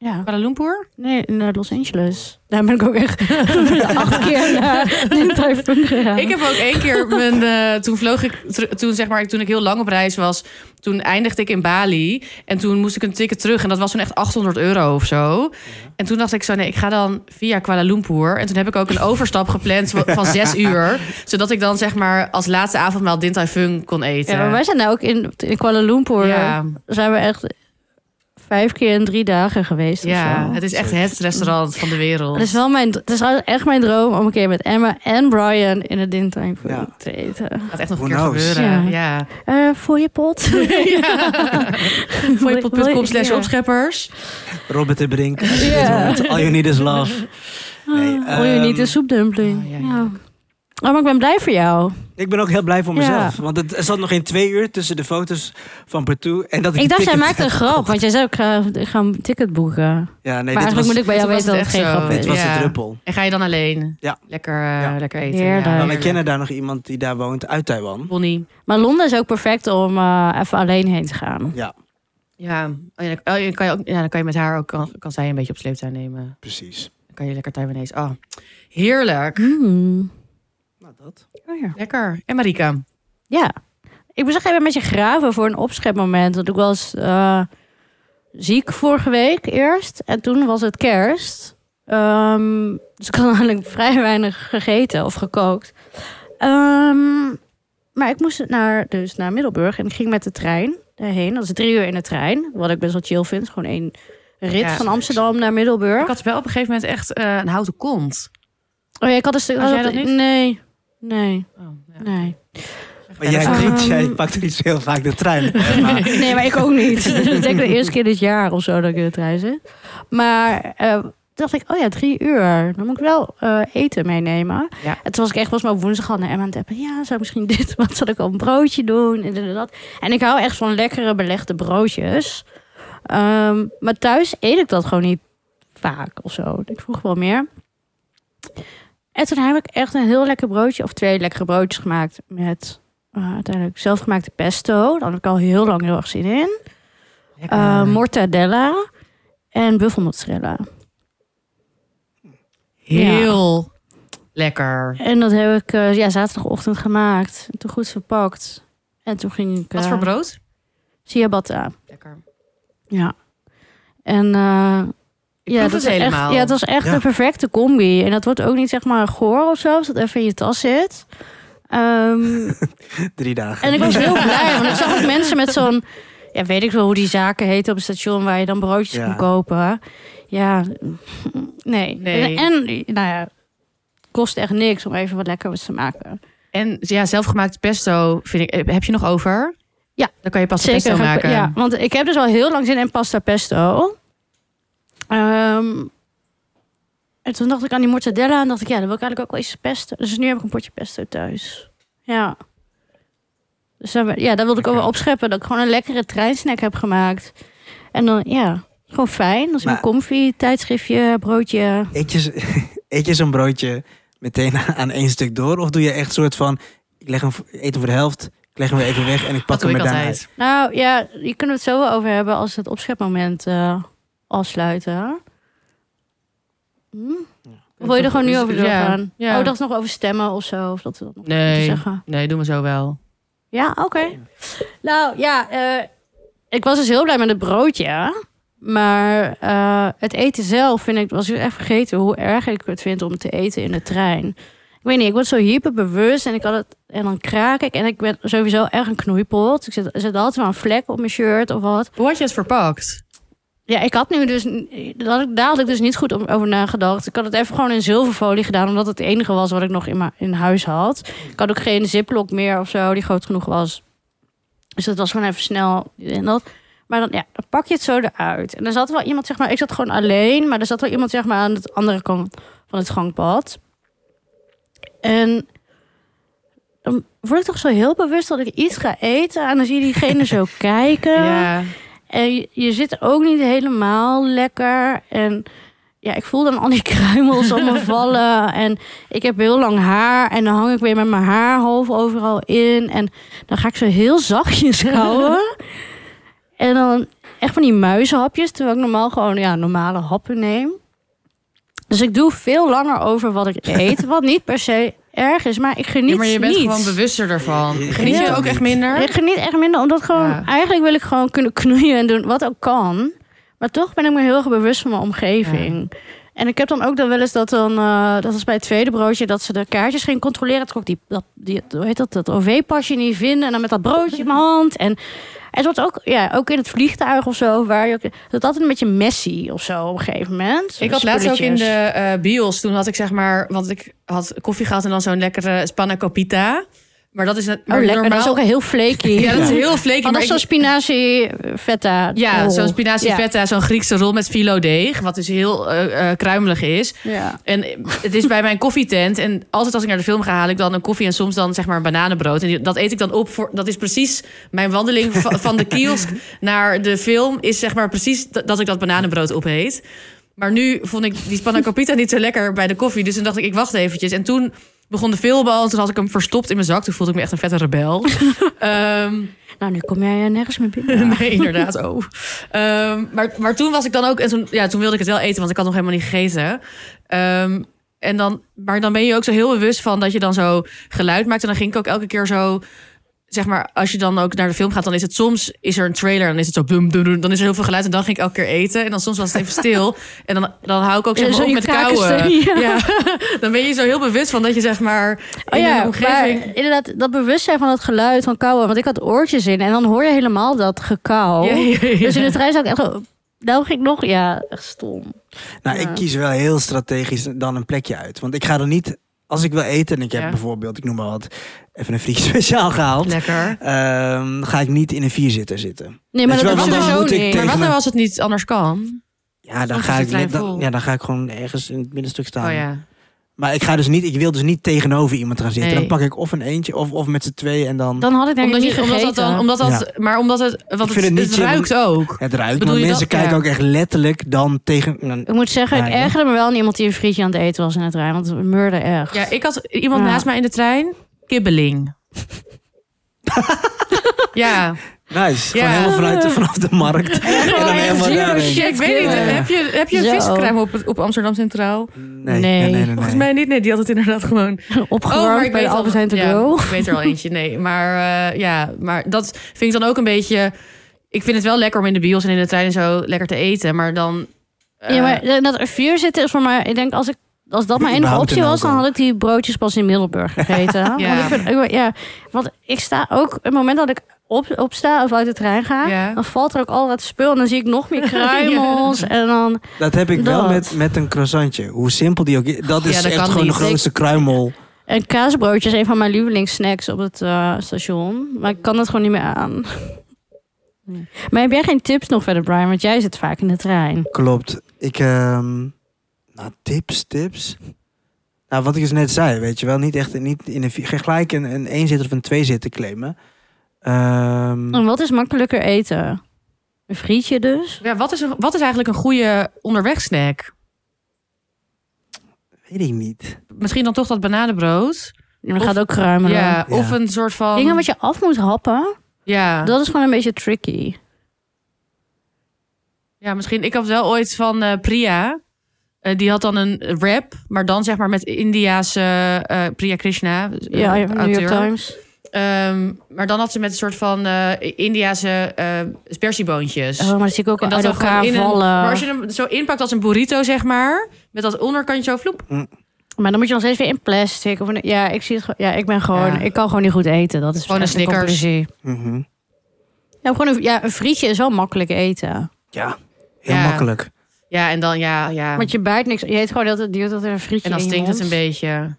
C: Ja.
A: Kuala Lumpur?
C: Nee, naar Los Angeles. Daar ben ik ook echt acht keer naar een tyfoon gegaan.
A: Ik heb ook één keer mijn. eh, toen vloog ik. ter- Toen zeg maar. Toen ik heel lang op reis was. Toen eindigde ik in Bali. En toen moest ik een ticket terug. En dat was toen echt 800 euro of zo. En toen dacht ik zo. Nee, ik ga dan via Kuala Lumpur. En toen heb ik ook een overstap gepland wa- van zes uur. Zodat ik dan zeg maar. Als laatste avondmaal Din Tai Fung kon eten.
C: ja, maar wij zijn nou ook in, in Kuala Lumpur.
A: Ja,
C: Zijn we echt vijf keer in drie dagen geweest. of
A: ja,
C: zo.
A: het is echt het restaurant van de wereld.
C: Het is, wel mijn, het is echt mijn droom om een keer met Emma en Brian in het dintime
B: Ja.
C: te eten.
A: gaat echt nog een
B: Who
A: keer
B: knows?
A: gebeuren. Ja.
C: Eh, voor je pot.
A: Voor je.com slash
C: Ja.
A: opscheppers.
B: Robert de Brink. als je dit
C: Ja.
B: hoort, All you need is love. Nee,
C: Wil Ah. Oh, je
B: ehm,
C: niet een soepdumpling?
A: Oh, ja,
C: ja,
A: ja.
C: Oh, maar ik ben blij voor jou.
B: Ik ben ook heel blij voor
C: Ja.
B: mezelf. Want het, er zat nog geen twee uur tussen de foto's van Partout. En dat ik,
C: Ik dacht, jij
B: jij
C: maakt een grap. Want jij zei, ik ga, ik ga een ticket boeken.
B: Ja, nee,
C: maar
B: dit
C: eigenlijk
B: was,
C: moet ik bij jou
A: dit
C: weten
A: was
C: dat
A: het
C: het geen
A: echt zo.
C: grap
B: dit
C: is.
B: was
A: Ja.
B: de druppel.
A: En ga je dan alleen?
B: Ja.
A: Lekker, eh,
B: Ja.
A: lekker eten. Ja,
C: Heerlijk. Nou,
B: Maar wij
A: heerlijk.
B: kennen daar nog iemand die daar woont uit Taiwan.
A: Bonnie.
C: Maar Londen is ook perfect om eh, even alleen heen te gaan.
B: Ja,
A: Ja, oh, ja, dan- oh, ja, kan je ook, ja, dan kan je met haar ook, kan, kan zij een beetje op sleeptouw nemen.
B: precies.
A: Dan kan je lekker Taiwanese. Oh, heerlijk.
C: Hmm.
B: Nou, dat.
C: Oh, ja.
A: Lekker. En Marika?
C: Ja. Ik moest echt even met je graven voor een opschepmoment. Want ik was eh, ziek vorige week eerst. En toen was het kerst. Ehm, dus ik had eigenlijk vrij weinig gegeten of gekookt. Ehm, maar ik moest naar, dus naar Middelburg. En ik ging met de trein daarheen. Dat is drie uur in de trein. Wat ik best wel chill vind. Gewoon één rit
A: Ja.
C: van Amsterdam naar
A: Ik
C: Middelburg.
A: had wel op een gegeven moment echt eh, een houten kont.
C: Oh ja, ik had een stuk...
A: Had jij dat niet?
C: Nee, nee,
A: Oh, ja.
C: nee.
B: Maar jij,
A: Ja,
C: dat-
B: drinkt, jij
C: Ehm.
B: pakt er niet zo heel vaak de trein. Maar
C: Nee, maar ik ook niet. ik denk de eerste keer dit jaar of zo dat ik in de trein zit. Maar eh, toen dacht ik, oh ja, drie uur. Dan moet ik wel eh, eten meenemen.
A: Ja.
C: En toen was ik echt volgens mij op woensdag al naar Emma aan het appen. Ja, zou ik misschien dit, wat zal ik al een broodje doen en dit en dat. En ik hou echt van lekkere belegde broodjes. Ehm, maar thuis eet ik dat gewoon niet vaak of zo. Ik vroeg wel meer. En toen heb ik echt een heel lekker broodje of twee lekkere broodjes gemaakt met eh, uiteindelijk zelfgemaakte pesto. Daar had ik al heel lang heel erg zin in.
A: Lekker.
C: Eh, mortadella en buffelmozzarella.
A: Heel lekker.
C: En dat heb ik eh, ja, zaterdagochtend gemaakt. En Toen goed verpakt. En toen ging ik...
A: Wat
C: eh,
A: voor brood?
C: ciabatta.
A: Lekker.
C: Ja. En eh,
A: Ik proef
C: dat
A: het
C: is
A: helemaal.
C: Echt, ja, het was echt
B: Ja.
C: een perfecte combi. En dat wordt ook niet zeg maar goor of zo, als dat even in je tas zit. Ehm,
B: drie dagen.
C: en ik was heel blij, want ik zag ook mensen met zo'n... Ja, weet ik wel hoe die zaken heten op het station waar je dan broodjes
B: Ja.
C: kon kopen. Ja, nee.
A: Nee.
C: En, en, nou ja, het kost echt niks om even wat lekkers te maken.
A: En ja, zelfgemaakt pesto vind ik, eh, heb je nog over?
C: Ja.
A: Dan kan je pasta
C: Zeker
A: pesto
C: ga ik-
A: maken.
C: Ja, want ik heb dus al heel lang zin in pasta pesto. Ehm, en toen dacht ik aan die mortadella en dacht ik, ja, dan wil ik eigenlijk ook wel iets pesto. Dus nu heb ik een potje pesto thuis. Ja. Dus dan- ja, daar wilde ik ook wel opscheppen. Dat ik gewoon een lekkere treinsnack heb gemaakt. En dan, ja, gewoon fijn. Als ik een
B: Maar-
C: comfy, tijdschriftje, broodje.
B: Eet je, eet je zo'n broodje meteen aan één stuk door? Of doe je echt soort van, ik leg hem, voor- ik eet hem voor de helft, ik leg hem weer even weg en ik pak
A: Dat doe
B: hem
A: ik
B: er daarna uit.
A: altijd.
C: Nou ja, hier kunnen we het zo wel over hebben als we het opschepmoment eh, afsluiten. Hm? Of wil je er gewoon nu over
A: Ja,
C: doorgaan?
A: ja.
C: Oh, dat is nog over stemmen of zo. Of dat we dat nog moeten
A: Nee,
C: zeggen.
A: nee, doen we zo wel.
C: Ja, oké. Nou ja, eh, ik was dus heel blij met het broodje. Maar eh, het eten zelf vind ik, was ik echt vergeten hoe erg ik het vind om te eten in de trein. Ik weet niet, ik word zo hyperbewust en ik had het. En dan kraak ik en ik ben sowieso echt een knoeipot. Ik zet, zet altijd wel een vlek op mijn shirt of wat.
A: Hoe had je het verpakt?
C: Ja, ik had nu dus. Daar had ik, daar had ik dus niet goed om- over nagedacht. Ik had het even gewoon in zilverfolie gedaan, omdat het het enige was wat ik nog in, ma- in huis had. Ik had ook geen ziplock meer of zo, die groot genoeg was. Dus dat was gewoon even snel. En dat. Maar dan, ja, dan pak je het zo eruit. En er zat wel iemand, zeg maar. Ik zat gewoon alleen, maar er zat wel iemand, zeg maar, aan de andere kant van het gangpad. En. Dan word ik toch zo heel bewust dat ik iets ga eten. En dan zie je diegene zo kijken. En je, je zit ook niet helemaal lekker. En ja, ik voel dan al die kruimels om me vallen. En ik heb heel lang haar. En dan hang ik weer met mijn haar half overal in. En dan ga ik zo heel zachtjes houden. en dan echt van die muizenhapjes. Terwijl ik normaal gewoon ja, normale happen neem. Dus ik doe veel langer over wat ik eet. Wat niet per se erg is. Maar ik geniet
A: Ja, maar je bent
C: niet.
A: gewoon bewuster ervan.
B: Ja.
A: Geniet je
C: Ja.
A: ook echt minder?
C: Ik geniet echt minder, omdat gewoon...
A: Ja.
C: Eigenlijk wil ik gewoon kunnen knoeien en doen wat ook kan. Maar toch ben ik me heel erg bewust van mijn omgeving. En ik heb dan ook dan wel eens dat dan... eh, dat was bij het tweede broodje, dat ze de kaartjes ging controleren. Toen kon ik die, dat, die, hoe heet dat, dat OV-pasje niet vinden. En dan met dat broodje in mijn hand. En, en soms ook, ja, ook in het vliegtuig of zo. Waar je, ook- dat is altijd een beetje messy of zo op een gegeven moment.
A: Ik had laatst ook in
C: Spulletjes.
A: de eh bios, toen had ik zeg maar, want ik had koffie gehad en dan zo'n lekkere spanna copita. Maar dat is net
C: Oh,
A: maar
C: lekker.
A: normaal.
C: Dat is ook heel flaky.
A: Ja, dat is heel flaky. Maar
C: Anders
A: ik-
C: zo'n spinazie eh, feta.
A: ja,
C: rol.
A: zo'n spinazie
C: Ja.
A: feta, zo'n Griekse rol met filodeeg, wat dus heel eh, eh, kruimelig is.
C: Ja.
A: En het is bij mijn koffietent. En altijd als ik naar de film ga, haal ik dan een koffie en soms dan zeg maar een bananenbrood. En die- dat eet ik dan op. Voor, dat is precies mijn wandeling va- van de kiosk naar de film. Is zeg maar precies dat, dat ik dat bananenbrood opeet. Maar nu vond ik die panna capita niet zo lekker bij de koffie. Dus toen dacht ik, ik wacht eventjes. En toen begon de film al. Toen had ik hem verstopt in mijn zak. Toen voelde ik me echt een vette rebel. Ehm
C: Nou, nu kom jij eh, nergens meer binnen.
A: Nee, inderdaad. Oh. Ehm, maar, maar toen was ik dan ook... En toen, ja, toen wilde ik het wel eten, want ik had nog helemaal niet gegeten. Ehm, en dan, maar dan ben je ook zo heel bewust van dat je dan zo geluid maakt. En dan ging ik ook elke keer zo... Zeg maar, als je dan ook naar de film gaat, dan is het soms... Is er een trailer, dan is het zo... Bum, bum, bum, dan is er heel veel geluid en dan ging ik elke keer eten. En dan soms was het even stil. En dan, dan hou ik ook zeg
C: Ja,
A: maar op
C: zo
A: met
C: je kaken
A: kauwen.
C: steken, ja. Oh
A: Dan ben je zo heel bewust van dat je zeg maar... In een omgeving...
C: maar inderdaad, dat bewustzijn van dat geluid van kauwen. Want ik had oortjes in en dan hoor je helemaal dat gekauw.
A: Ja, ja, ja.
C: Dus in de trein zou ik echt... zo- Nou ging ik nog... Ja, echt stom.
B: Nou,
C: Ja.
B: ik kies wel heel strategisch dan een plekje uit. Want ik ga er niet... Als ik wil eten en ik heb
A: Ja.
B: bijvoorbeeld, ik noem maar wat, even een frietje speciaal gehaald.
A: Lekker.
B: ehm, ga ik niet in een vierzitter zitten.
C: Nee, maar
B: Weet
C: dat
B: je wel,
C: was
A: want dan
C: sowieso
B: moet ik
C: niet.
A: Maar wat
B: Tegen
A: nou
B: me-
A: als het niet anders kan?
B: Ja, dan
A: Soms
B: ga,
A: is de
B: ik,
A: trein
B: dan-
A: vol.
B: ja, dan ga ik gewoon ergens in het middenstuk staan.
A: Oh ja.
B: Maar ik, ga dus niet, ik wil dus niet tegenover iemand gaan zitten.
A: Nee.
B: Dan pak ik of een eentje of, of met z'n tweeën en dan...
C: Dan had ik denk ik
A: Omdat,
C: niet
A: je, omdat dat
C: gegeten.
A: dan, omdat dat, maar omdat het, want
B: Ik
A: het,
B: vind het
A: het
B: niet chill.
A: ruikt ook.
B: Het ruikt,
A: Bedoel
B: maar
A: je
B: mensen
A: dat?
B: kijken
A: Ja.
B: ook echt letterlijk dan tegen... dan-
C: Ik moet zeggen, ik
B: Ja, ja.
C: ergerde me wel aan iemand die een frietje aan het eten was in het trein. Want het meurde echt.
A: Ja, ik had iemand
C: Ja.
A: naast mij in de trein, kibbeling. ja,
B: Nice.
A: Ja.
B: Gewoon helemaal vanuit de, vanaf de markt. en dan
A: echt
B: helemaal
C: zero
B: daarheen.
C: shit.
A: ik weet niet,
C: Ja.
A: heb je, heb je een
C: Zo.
A: viscrème op, het- op Amsterdam Centraal?
B: Nee,
C: Nee.
B: nee, nee. nee, nee.
A: Volgens mij niet, nee, die had het inderdaad gewoon... Oh,
C: Opgewarmd bij de
A: al-
C: Albert Heijn to
A: ja,
C: go.
A: Ik weet er al eentje, nee. Maar eh, ja, maar dat vind ik dan ook een beetje... Ik vind het wel lekker om in de bios en in de trein en zo lekker te eten, maar dan... eh,
C: ja, maar eh, dat er vier zitten is voor mij... Ik denk, als, ik, als dat mijn enige
B: Überhaupt
C: optie
B: een
C: was... dan
B: alcohol.
C: had ik die broodjes pas in Middelburg gegeten. want, ik vind, ik- ja, want ik sta ook... Het moment dat ik op, opsta of uit de trein ga...
A: Ja.
C: dan valt er ook al wat spul... en dan zie ik nog meer kruimels. En dan...
B: Dat heb ik wel
C: Dat.
B: met, met een croissantje. Hoe simpel die ook is. Dat is
A: Ja, dat
B: echt
A: kan
B: gewoon
A: niet.
B: de grootste kruimel.
C: En kaasbroodjes is een van mijn lievelingssnacks op het eh, station. Maar ik kan dat gewoon niet meer aan. Nee. Maar heb jij geen tips nog verder, Brian? Want jij zit vaak in de trein.
B: Mm. Klopt. Ik, ehm, nou, tips, tips. Nou, wat ik dus net zei, weet je wel. Niet echt, niet in een, vier- geen gelijk een, een eenzitter of een tweezitter claimen. Ehm,
A: Oh.
C: En wat is makkelijker eten? Een frietje dus?
A: ja, wat, is een, wat is eigenlijk een goede onderwegsnack?
B: Weet ik niet.
A: Misschien dan toch dat bananenbrood.
C: En dan
A: Of-
C: gaat ook kruimelen.
A: Ja,
B: Ja.
A: of een soort van.
C: Dingen wat je af moet happen,
A: Ehm, ja.
C: dat is gewoon een beetje tricky.
A: ja, misschien. Ik had wel ooit van eh, Priya. Eh, die had dan een rap, maar dan zeg maar met Indiaanse eh, Priya Krishna. eh,
C: Ja, ja New York
A: auteur.
C: Times.
A: Ehm, maar dan had ze met een soort van eh Indiaanse eh spersieboontjes.
C: Oh, maar dat zie ik ook
A: En
C: uit
A: dan gewoon
C: elkaar
A: in een-
C: vallen.
A: maar als je hem zo inpakt als een burrito, zeg maar. Met dat onderkantje zo vloep.
B: Mm.
C: Maar dan moet je nog steeds weer in plastic. Of in- ja, ik zie het. gewoon- Ja, ik ben gewoon.
A: Ja.
C: Ik kan gewoon niet goed eten. Dat is
A: Gewoon een
C: echt
A: Snickers.
C: conclusie.
B: Mhm.
C: Ja, gewoon een, ja, een frietje is wel makkelijk eten.
B: Ja, heel
A: Ja. Ah,
B: makkelijk.
A: Ja, en dan ja, ja.
C: Want je bijt niks. Je eet gewoon dat het duurt dat er een frietje
A: En dan
C: in je
A: stinkt het een
C: mond.
A: beetje.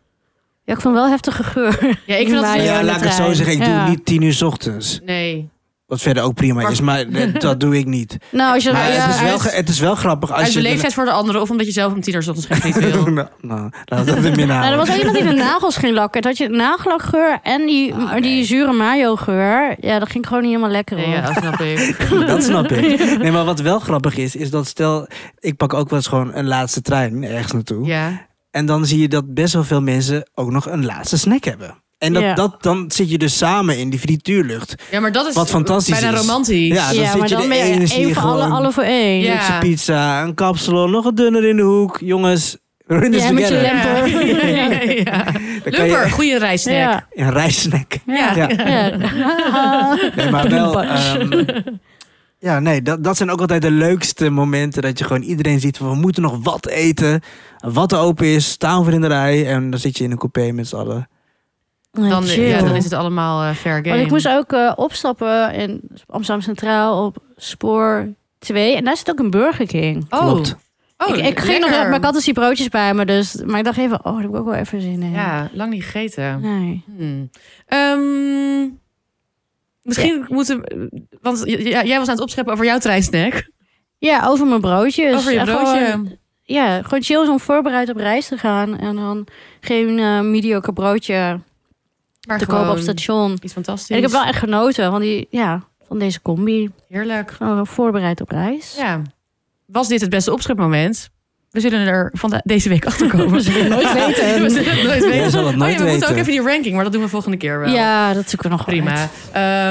C: Ja, ik vond wel heftige geur.
A: Ja, ik vind dat
C: Ja,
B: Ja,
A: het-
C: ja,
B: laat ik het zo
C: trein.
B: zeggen. Ik doe
C: Ja.
B: het niet tien uur 's ochtends.
A: Nee.
B: Wat verder ook prima
A: Maar-
B: is, maar dat- dat doe ik niet.
C: Nou, als je
B: Maar
A: ja,
B: het, is wel,
A: uit-
B: ge- het is wel grappig als
A: Uit
B: je...
A: beleefdheid voor de anderen of omdat je zelf om tien uur 's ochtends geen friet wil.
B: nou, nou, laten we dat weer binnen
C: Nou, er
B: houden.
C: was ook iemand die de nagels ging lakken. Dat je nagellakgeur en die,
B: Ah,
C: die
B: nee.
C: zure mayo geur. Ja, dat ging gewoon niet helemaal lekker.
A: Oh, Nee,
C: hoor.
A: ja, dat snap ik.
B: Dat snap ik. Nee, maar wat wel grappig is, is dat stel... Ik pak ook wel eens gewoon een laatste trein ergens naartoe.
A: Ja.
B: En dan zie je dat best wel veel mensen ook nog een laatste snack hebben. En dat,
C: Ja.
B: dat, dan zit je dus samen in die frituurlucht.
A: ja, maar dat is
B: Wat fantastisch
A: bijna
B: is.
A: romantisch.
B: Ja, Ah, dan
C: Ja,
B: zit
C: maar
B: je de
C: dan ben je
B: ene zie je
C: één voor alle,
B: gewoon-
C: alle voor één.
A: Ja.
B: Een pizza, een kapsalon, nog een dunner in de hoek. Jongens, we're in this
C: Ja, met je
B: together.
A: Ja.
C: lem- Lumper.
A: Ja, ja.
B: Dan kan je-
A: Lumper, goede reissnack.
C: Ja.
B: Een rijstsnack.
A: Ja.
B: Ja.
C: Ja.
B: Nee, maar wel... ehm, ja, nee, dat, dat zijn ook altijd de leukste momenten. Dat je gewoon iedereen ziet van, we moeten nog wat eten. Wat er open is, staan we in de rij. En dan zit je in een coupé met z'n allen.
A: Dan,
C: Chill.
A: ja, dan is het allemaal eh, fair game.
C: Want ik moest ook eh, opstappen in Amsterdam Centraal op spoor 2. En daar zit ook een Burger King.
A: Oh,
B: Klopt.
A: oh,
C: ik, ik ging nog,
A: lekker.
C: maar ik had dus die broodjes bij me. Dus, maar ik dacht even, oh, daar heb ik ook wel even zin in.
A: Ja, lang niet gegeten.
C: Nee.
A: Hmm. Ehm, misschien moeten... we- Want j- ja, jij was aan het opscheppen over jouw treinsnack.
C: Ja, over mijn broodjes.
A: over je
C: En gewoon-
A: broodje.
C: ja, gewoon chill is om voorbereid op reis te gaan. En dan geen eh, mediocre broodje
A: Maar
C: te
A: gewoon
C: kopen op het station.
A: Iets fantastisch.
C: En ik heb wel echt genoten van, die, ja, van deze combi.
A: Heerlijk.
C: Gewoon Oh, voorbereid op reis.
A: Ja. Was dit het beste opschepmoment? We zullen er van de- deze week achter komen. We zullen het
C: nooit weten.
A: We zullen het nooit weten.
B: Jij zal
A: Oh
B: het
A: ja,
B: nooit
A: we moeten ook
B: weten.
A: even die ranking, maar dat doen we volgende keer wel.
C: Ja, dat zoeken we nog wel
A: Prima.
C: uit.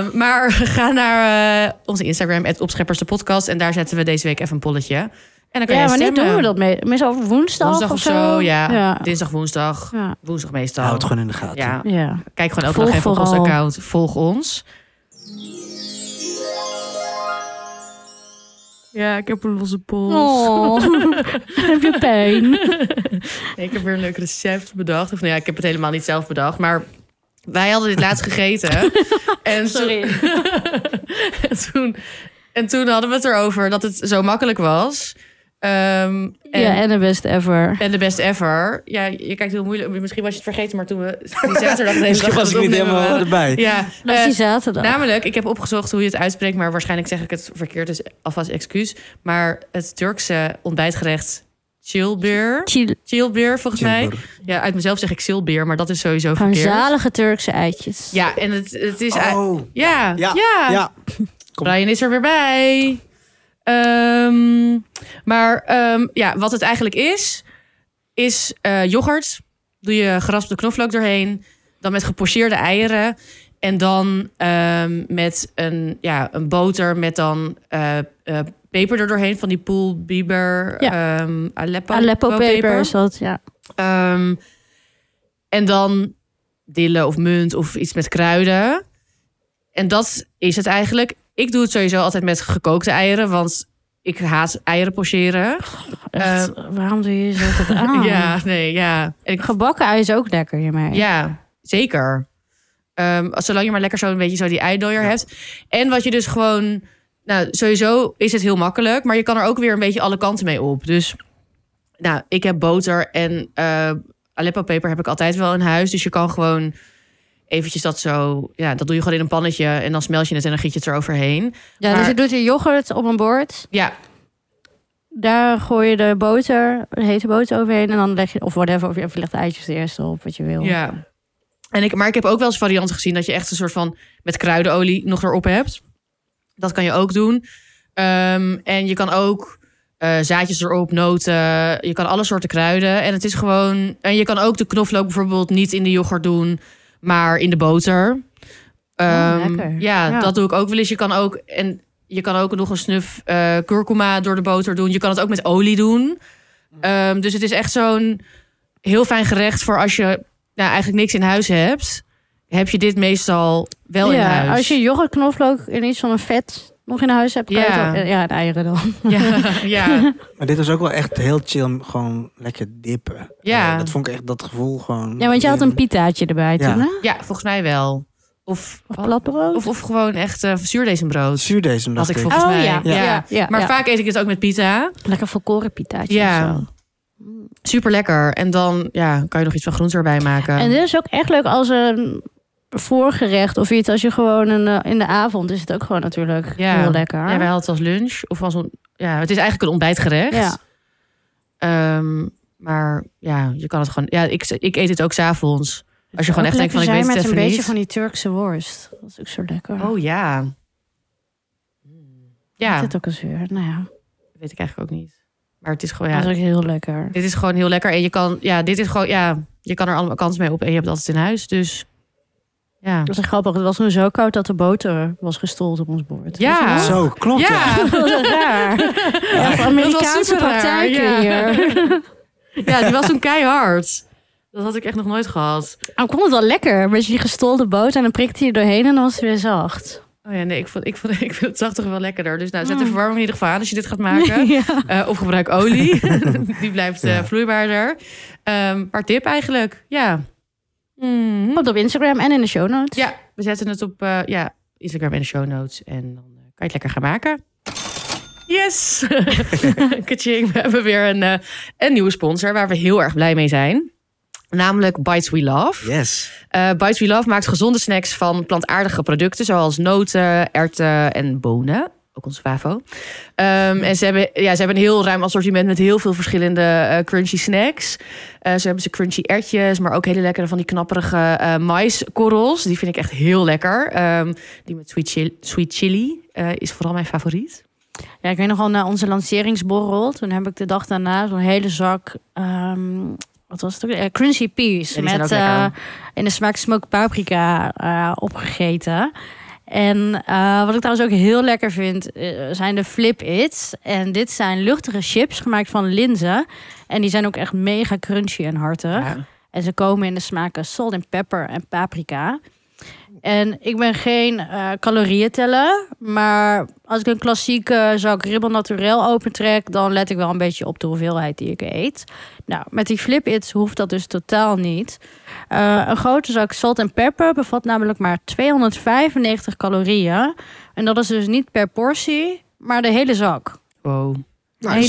A: Ehm, maar ga naar eh, onze Instagram, opscheppers de podcast. En daar zetten we deze week even een polletje. En dan kan
C: Ja,
A: jij
C: wanneer
A: stemmen.
C: doen we dat mee? Meestal op woensdag,
A: Woensdag of zo, ja.
C: Ja.
A: Dinsdag, woensdag.
C: Ja.
A: Woensdag meestal.
B: Hou het gewoon in de gaten.
A: Ja,
C: Ja.
A: kijk gewoon ook
C: Volg
A: nog even op ons
C: vooral.
A: account. Volg ons. Ja, ik heb een losse pols.
C: Oh, heb je pijn?
A: Ik heb weer een leuk recept bedacht. Of nou ja, ik heb het helemaal niet zelf bedacht. Maar wij hadden dit laatst gegeten. en, toen, en, toen, en toen hadden we het erover dat het zo makkelijk was. Ehm, en,
C: Ja, en de best ever.
A: en de best ever. Ja, je kijkt heel moeilijk. Misschien was je het vergeten, maar toen we die zaterdag de hele dag
B: Misschien
A: aan
B: was
A: het
B: ik niet
A: opnemen
B: helemaal
A: waren.
B: erbij.
A: Ja,
C: Dat
A: eh,
C: is die zaterdag.
A: Namelijk, ik heb opgezocht hoe je het uitspreekt, maar waarschijnlijk zeg ik het verkeerd, dus alvast excuus. Maar het Turkse ontbijtgerecht chillbeer,
C: Chili-
A: chillbeer volgens mij.
B: Timber.
A: Ja, uit mezelf zeg ik silbeer, maar dat is sowieso
C: Gewoon
A: verkeerd.
C: zalige Turkse eitjes.
A: Ja, en het, het is... ei-
B: Oh,
A: ja, ja,
B: ja, ja. Kom.
A: Brian is er weer bij. Ehm, maar ehm, ja, wat het eigenlijk is, is eh, yoghurt. Doe je geraspte knoflook doorheen. Dan met gepocheerde eieren. En dan ehm, met een, ja, een boter met dan eh, eh, peper er doorheen. Van die pool, bieber, ehm, Aleppo,
C: Aleppo paper
A: peper.
C: is dat, ja.
A: Ehm, en dan dille of munt of iets met kruiden. En dat is het eigenlijk. Ik doe het sowieso altijd met gekookte eieren, want ik haat eieren pocheren.
C: Echt, waarom doe je zo dat aan?
A: Eh, Ja, nee, ja. En ik,
C: Gebakken ei is ook lekker hiermee.
A: ja, zeker. Ehm, als- zolang je maar lekker zo'n beetje zo die eidooier hebt. En wat je dus gewoon... Nou, sowieso is het heel makkelijk, maar je kan er ook weer een beetje alle kanten mee op. Dus, nou, ik heb boter en eh Aleppo peper heb ik altijd wel in huis. Dus je kan gewoon eventjes dat zo... Ja, dat doe je gewoon in een pannetje en dan smelt je het en dan giet je het eroverheen.
C: Ja,
A: Maar-
C: dus je doet de yoghurt op een bord.
A: Ja,
C: Daar gooi je de boter, de hete boter overheen. En dan leg je, of whatever, of je, of je legt de eitjes er eerst op, wat je wil.
A: ja. En ik, maar ik heb ook wel eens varianten gezien dat je echt een soort van... met kruidenolie nog erop hebt. Dat kan je ook doen. Ehm, en je kan ook eh, zaadjes erop, noten. Je kan alle soorten kruiden. En het is gewoon. En je kan ook de knoflook bijvoorbeeld niet in de yoghurt doen, maar in de boter.
C: Oh,
A: Ehm,
C: lekker.
A: ja,
C: Ja.
A: dat doe ik ook wel eens. Je kan ook en je kan ook nog een snuf eh kurkuma door de boter doen. Je kan het ook met olie doen. Ehm, dus het is echt zo'n heel fijn gerecht voor als je nou, eigenlijk niks in huis hebt. Heb je dit meestal wel in
C: Ja,
A: huis?
C: als je yoghurt knoflook in iets van een vet nog in huis hebt. kan je
A: Ja.
C: het ook- ja, de eieren dan.
A: Ja, ja.
B: Maar dit was ook wel echt heel chill, gewoon lekker dippen.
A: Ja.
B: Eh, dat vond ik echt dat gevoel gewoon.
C: Ja, want je had een
B: piet.
C: pitaatje erbij
B: Ja.
C: toen, hè?
A: ja, volgens mij wel. Of,
C: Of platbrood.
A: of, of gewoon echt eh zuurdezenbrood.
B: Zuurdesem,
A: Had
B: dacht
A: ik
B: ik.
A: volgens
C: Oh,
A: mij.
C: ja. Ja, ja,
A: maar
C: ja.
A: vaak eet ik het ook met pita.
C: Lekker volkoren pitaatje
A: Ja.
C: of zo.
A: Super lekker. En dan ja, kan je nog iets van groente erbij maken.
C: En dit is ook echt leuk als een voorgerecht of iets. Als je gewoon een, eh, in de avond is het ook gewoon natuurlijk
A: Ja.
C: heel lekker.
A: Ja, wij hadden het als lunch. Of als een, ja, het is eigenlijk een ontbijtgerecht.
C: Ja.
A: Ehm, maar ja, je kan het gewoon. Ja, ik, ik eet het ook s'avonds. Als je gewoon echt denkt van ik weet het
C: met
A: even
C: een beetje
A: niet.
C: van die Turkse worst. Dat is ook zo lekker.
A: Oh ja. Ja,
C: Is het ook eens weer? Nou ja,
A: dat weet ik eigenlijk ook niet. Maar het is gewoon
C: dat
A: Oh, ja,
C: is ook heel lekker.
A: dit is gewoon heel lekker en je kan ja, dit is gewoon ja, je kan er allemaal kanten mee op en je hebt het altijd in huis, dus ja.
C: Dat is grappig. Het was toen zo koud dat de boter was gestold op ons bord.
A: Ja.
C: Weet je wel?
B: Zo, klopt. Ja.
C: Dat is raar. Echt Amerikaanse
A: super raar,
C: praktijken
A: ja.
C: hier.
A: Ja, die was toen keihard. Dat had ik echt nog nooit gehad.
C: Maar ik vond het wel lekker. Met die gestolde boter en dan prikte je er doorheen en dan was het weer zacht.
A: Oh ja, nee, ik vond, ik vond, ik vind het zag toch wel lekkerder. Dus nou, zet de
C: Mm.
A: verwarming in ieder geval aan als je dit gaat maken.
C: Ja.
A: Eh, of gebruik olie. Die blijft eh,
B: Ja.
A: vloeibaarder. Ehm maar tip eigenlijk, ja. Mhm.
C: Komt op Instagram en in de show notes.
A: Ja, we zetten het op eh, ja, Instagram en de show notes. En dan eh, kan je het lekker gaan maken. Yes! Kaching, we hebben weer een, eh, een nieuwe sponsor waar we heel erg blij mee zijn. Namelijk Bites We Love.
B: Yes.
A: Eh, Bites We Love maakt gezonde snacks van plantaardige producten... zoals noten, erwten en bonen. Ook onze favo. Ehm, en ze hebben, ja, ze hebben een heel ruim assortiment met heel veel verschillende eh, crunchy snacks. Eh, ze hebben ze crunchy ertjes, maar ook hele lekkere van die knapperige eh, maiskorrels. Die vind ik echt heel lekker. Ehm, die met sweet chili, sweet chili eh, is vooral mijn favoriet.
C: Ja, ik weet nog wel, na onze lanceringsborrel, toen heb ik de dag daarna zo'n hele zak, ehm, wat was het ook? Eh, crunchy peas.
A: Ja, die zijn
C: met
A: ook lekker.
C: eh, in de smaak smoked paprika eh, opgegeten. En eh, wat ik trouwens ook heel lekker vind, eh, zijn de Flip Its. En dit zijn luchtige chips gemaakt van linzen. En die zijn ook echt mega crunchy en hartig.
A: Ja.
C: En ze komen in de smaken salt en pepper en paprika. En ik ben geen eh calorieën teller, maar als ik een klassieke zak ribbel naturel opentrek, dan let ik wel een beetje op de hoeveelheid die ik eet. Nou, met die flip its hoeft dat dus totaal niet. Eh, een grote zak salt en pepper bevat namelijk maar 295 calorieën. En dat is dus niet per portie, maar de hele zak.
A: Wow.
B: Nou,